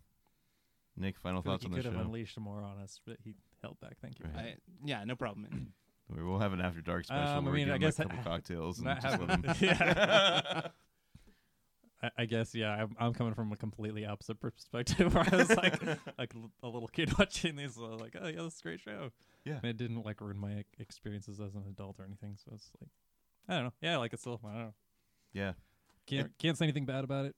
Speaker 1: Nick, final
Speaker 2: I feel like
Speaker 1: thoughts
Speaker 2: he
Speaker 1: on the
Speaker 2: could have
Speaker 1: show.
Speaker 2: unleashed more on us, but he held back. Thank you.
Speaker 1: Right.
Speaker 3: I, yeah, no problem. man.
Speaker 1: We will have an after dark special.
Speaker 2: Um, I
Speaker 1: where we
Speaker 2: mean,
Speaker 1: give
Speaker 2: I
Speaker 1: him
Speaker 2: guess
Speaker 1: a couple
Speaker 2: that-
Speaker 1: cocktails and
Speaker 2: that
Speaker 1: just let him.
Speaker 2: happened. Yeah. I, I guess yeah. I'm, I'm coming from a completely opposite perspective. Where I was like, like l- a little kid watching these, uh, like, oh yeah, this is a great show.
Speaker 1: Yeah.
Speaker 2: and it didn't like ruin my ex- experiences as an adult or anything. So it's like, I don't know. Yeah, I like it still. I don't know.
Speaker 1: Yeah,
Speaker 2: Can't can't say anything bad about it.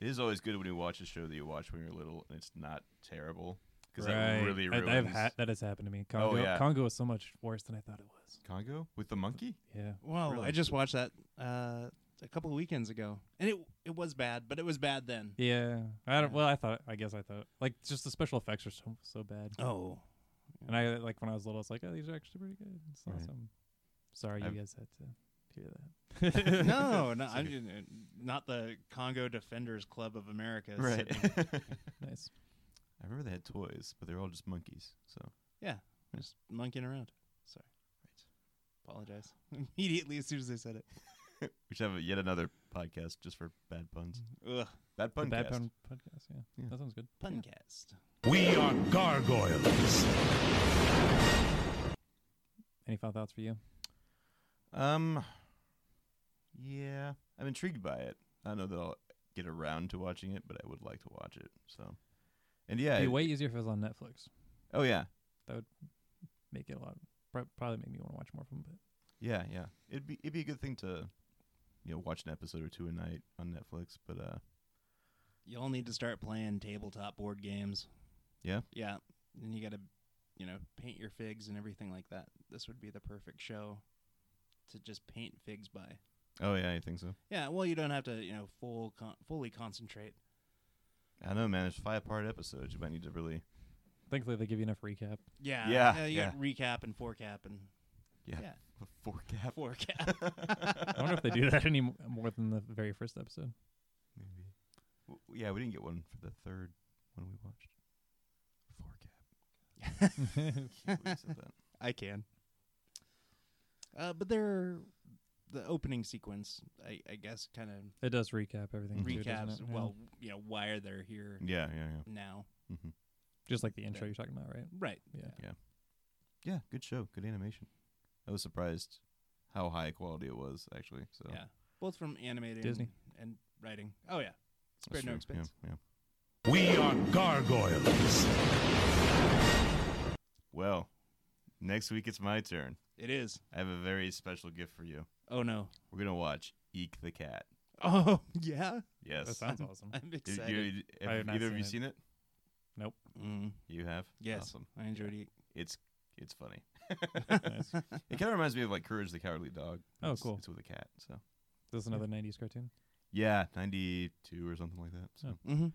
Speaker 1: it is always good when you watch a show that you watch when you're little and it's not terrible because
Speaker 2: Right.
Speaker 1: that really
Speaker 2: I-
Speaker 1: ruins. Oh,
Speaker 2: I've had that has happened to me. Congo,
Speaker 1: yeah.
Speaker 2: Congo is so much worse than I thought it was.
Speaker 1: Congo with the monkey.
Speaker 2: Yeah.
Speaker 3: Well,
Speaker 2: Really?
Speaker 3: I just watched that uh, a couple of weekends ago, and it it was bad, but it was bad then.
Speaker 2: Yeah. I don't.
Speaker 3: Yeah.
Speaker 2: Well, I thought. I guess I thought. Like, just the special effects are so so bad.
Speaker 3: Oh,
Speaker 2: And I like when I was little, I was like, oh, these are actually pretty good. It's not
Speaker 1: Right.
Speaker 2: something. Sorry,
Speaker 1: I've-
Speaker 2: you guys had to hear that.
Speaker 3: no, no, I'm just, uh, not the Congo Defenders Club of America.
Speaker 1: Right.
Speaker 3: sitting-
Speaker 1: I
Speaker 2: nice.
Speaker 1: remember they had toys, but they were all just monkeys. So
Speaker 3: Yeah, just monkeying around. Sorry. Apologize immediately as soon as I said it.
Speaker 1: we should have yet another podcast just for bad puns.
Speaker 3: Ugh,
Speaker 1: Bad
Speaker 2: The
Speaker 1: pun.
Speaker 2: Bad
Speaker 1: cast.
Speaker 2: Pun podcast. Yeah.
Speaker 1: Yeah.
Speaker 2: that sounds good.
Speaker 3: puncast.
Speaker 4: We are gargoyles.
Speaker 2: Any final thoughts for you?
Speaker 1: Um. Yeah, I'm intrigued by it. I know that I'll get around to watching it, but I would like to watch it. So, and yeah,
Speaker 2: It'd
Speaker 1: it-
Speaker 2: be way easier if it was on Netflix.
Speaker 1: oh yeah,
Speaker 2: Make it a lot. prob- Probably make me want to watch more of them. But
Speaker 1: Yeah, yeah. It'd be it'd be a good thing to, you know, watch an episode or two a night on Netflix. But uh,
Speaker 3: Y'all need to start playing tabletop board games.
Speaker 1: Yeah?
Speaker 3: Yeah, and you got to, you know, paint your figs and everything like that. This would be the perfect show to just paint figs by.
Speaker 1: oh yeah, I think so.
Speaker 3: Yeah, well, you don't have to, you know, full con- fully concentrate.
Speaker 1: I don't know, man. There's five part episodes. You might need to really.
Speaker 2: thankfully, they give you enough recap.
Speaker 3: Yeah,
Speaker 1: Yeah,
Speaker 3: you got recap and forecap and
Speaker 1: Yeah.
Speaker 3: Yeah.
Speaker 1: Four cap.
Speaker 3: forecap.
Speaker 2: I wonder if they do that any mo- more than the very first episode.
Speaker 1: Maybe. W- yeah, we didn't get one for the third one we watched. Four cap. Can't believe I said that.
Speaker 3: I can. Uh, but they're the opening sequence. I, I guess kind of
Speaker 2: It does recap everything. too, doesn't
Speaker 3: recaps.
Speaker 2: it? Yeah.
Speaker 3: Well, you know, why are they here
Speaker 1: Mm-hmm. Yeah, yeah, yeah.
Speaker 3: now?
Speaker 1: hmm
Speaker 2: just like the intro you're talking about, right?
Speaker 3: Right.
Speaker 2: Yeah.
Speaker 1: Yeah, good show. Good animation. I was surprised how high quality it was actually. So
Speaker 3: Yeah. Both from animating
Speaker 2: Disney.
Speaker 3: and writing. Oh yeah.
Speaker 1: that's
Speaker 3: Spared no
Speaker 1: true. Yeah,
Speaker 3: expense.
Speaker 1: yeah.
Speaker 4: We are gargoyles.
Speaker 1: Well, next week it's my turn.
Speaker 3: It is.
Speaker 1: I have a very special gift for you.
Speaker 3: Oh no.
Speaker 1: We're gonna watch Eek the Cat.
Speaker 3: Oh yeah.
Speaker 1: Yes.
Speaker 2: That sounds awesome.
Speaker 3: I'm
Speaker 1: You- you-
Speaker 3: excited.
Speaker 1: have
Speaker 2: I have not
Speaker 1: either of you seen
Speaker 2: seen
Speaker 1: it?
Speaker 3: mm,
Speaker 1: You have.
Speaker 3: Yes.
Speaker 1: Awesome.
Speaker 3: I enjoyed it.
Speaker 1: It's it's funny.
Speaker 2: nice.
Speaker 1: It kind of reminds me of like Courage the Cowardly Dog.
Speaker 2: Oh,
Speaker 1: It's-
Speaker 2: cool.
Speaker 1: It's with a cat. So
Speaker 2: This is another '90s cartoon.
Speaker 1: yeah, ninety two or something like that. So
Speaker 2: Oh.
Speaker 3: Mm-hmm.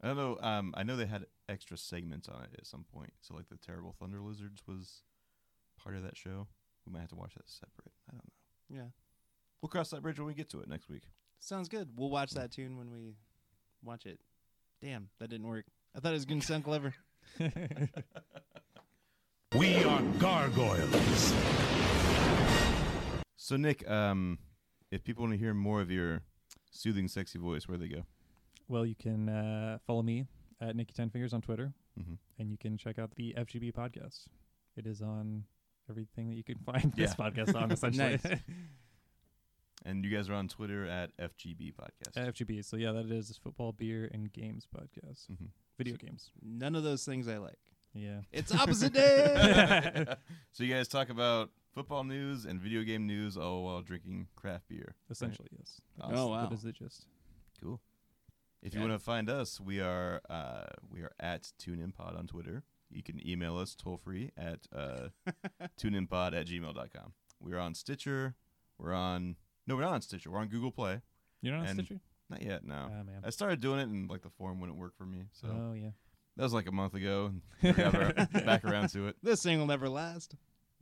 Speaker 1: I don't know. Um, I know they had extra segments on it at some point. So like the Terrible Thunder Lizards was part of that show. We might have to watch that separate. I don't know.
Speaker 3: Yeah.
Speaker 1: We'll cross that bridge when we get to it next week.
Speaker 3: Sounds good. We'll watch that tune when we watch it. Damn, that didn't work. I thought it was gonna sound clever.
Speaker 4: We are gargoyles.
Speaker 1: So Nick, um, if people want to hear more of your soothing, sexy voice, where they go?
Speaker 2: Well, you can uh, follow me at Nikki Ten Fingers on Twitter,
Speaker 1: Mm-hmm.
Speaker 2: and you can check out the FGB podcast. It is on everything that you can find this
Speaker 1: Yeah.
Speaker 2: podcast on, essentially.
Speaker 3: Nice.
Speaker 1: And you guys are on Twitter at FGB Podcast.
Speaker 2: FGB. So yeah, that is football, beer, and games podcast.
Speaker 1: mm-hmm.
Speaker 2: Video games.
Speaker 3: None of those things I like.
Speaker 2: Yeah.
Speaker 3: It's opposite day.
Speaker 1: so you guys talk about football news and video game news all while drinking craft beer.
Speaker 2: Essentially, yes.
Speaker 1: Awesome.
Speaker 3: Oh, wow.
Speaker 2: That is the gist.
Speaker 1: Cool. If you
Speaker 3: Yeah.
Speaker 1: want to find us, we are uh, we are at TuneInPod on Twitter. You can email us toll free at uh, tuneinpod at gmail.com. We're on Stitcher. We're on no, we're not on Stitcher. We're on Google Play.
Speaker 2: You're not on
Speaker 1: And-
Speaker 2: Stitcher?
Speaker 1: Not yet. No,
Speaker 2: Ah, man.
Speaker 1: I started doing it and like the form wouldn't work for me. So
Speaker 2: Oh yeah.
Speaker 1: that was like a month ago. And never back around to it.
Speaker 3: this thing will never last.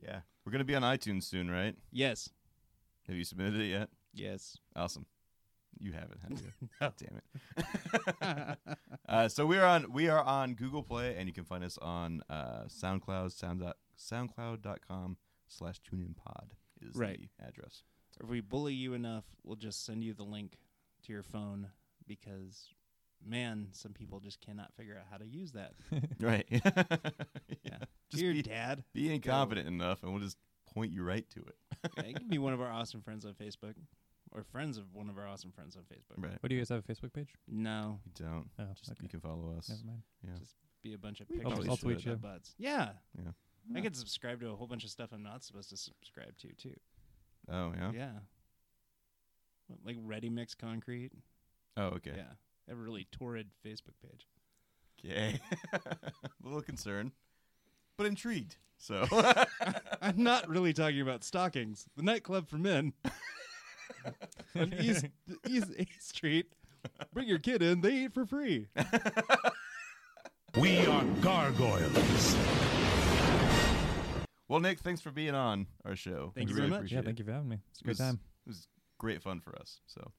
Speaker 1: Yeah, we're gonna be on iTunes soon, right?
Speaker 3: Yes.
Speaker 1: Have you submitted it yet?
Speaker 3: Yes.
Speaker 1: Awesome. You haven't, have you? Damn Oh, it. uh, so we are on we are on Google Play, and you can find us on uh, SoundCloud sound dot- soundcloud.com slash tuneinpod is
Speaker 3: Right.
Speaker 1: the address.
Speaker 3: If we bully you enough, we'll just send you the link to your phone because man, some people just cannot figure out how to use that.
Speaker 1: Right. yeah.
Speaker 3: Yeah.
Speaker 1: Just
Speaker 3: Dear
Speaker 1: be,
Speaker 3: dad.
Speaker 1: be incompetent enough, and we'll just point you right to it.
Speaker 3: Yeah, you can be one of our awesome friends on Facebook, or friends of one of our awesome friends on Facebook.
Speaker 1: Right.
Speaker 2: What do you guys have a Facebook page?
Speaker 3: No,
Speaker 1: You don't.
Speaker 2: Oh,
Speaker 1: Just
Speaker 2: okay.
Speaker 1: you can follow us.
Speaker 2: Never mind.
Speaker 3: be a bunch of
Speaker 1: We
Speaker 3: pictures.
Speaker 1: probably
Speaker 3: of
Speaker 1: should. I'll tweet
Speaker 3: their
Speaker 2: you.
Speaker 3: Butts. Yeah.
Speaker 1: Yeah.
Speaker 3: I could subscribe to a whole bunch of stuff I'm not supposed to subscribe to too.
Speaker 1: Oh yeah.
Speaker 3: Yeah. What, Like ready mix concrete.
Speaker 1: Oh okay.
Speaker 3: Yeah. A really torrid Facebook page.
Speaker 1: Okay. a little concerned, but intrigued. So
Speaker 3: I'm not really talking about stockings. The nightclub for men on East, East 8th Street. Bring your kid in. They eat for free.
Speaker 4: We are gargoyles.
Speaker 1: well, Nick, thanks for being on our show.
Speaker 3: Thank
Speaker 1: We really
Speaker 3: you very much.
Speaker 1: appreciate
Speaker 2: Yeah,
Speaker 1: it.
Speaker 2: thank you for having me. It's a
Speaker 1: It
Speaker 2: great
Speaker 1: was-
Speaker 2: time.
Speaker 1: It was great fun for us. So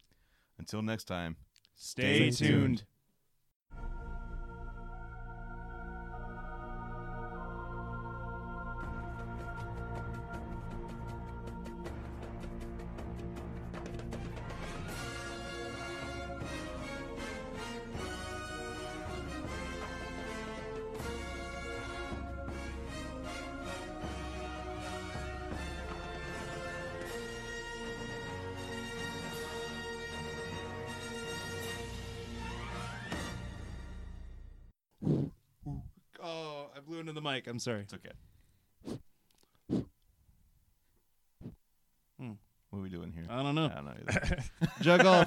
Speaker 1: until next time.
Speaker 3: Stay,
Speaker 1: Stay
Speaker 3: tuned.
Speaker 1: tuned.
Speaker 3: Oh, I blew into the mic. I'm sorry.
Speaker 1: It's okay.
Speaker 3: Hmm.
Speaker 1: What are we doing here?
Speaker 3: I don't know.
Speaker 1: I don't know. either.
Speaker 3: Juggle.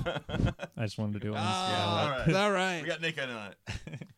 Speaker 2: I just wanted to do it. on
Speaker 3: Ah,
Speaker 1: all right.
Speaker 3: All right.
Speaker 1: we got Nick on it.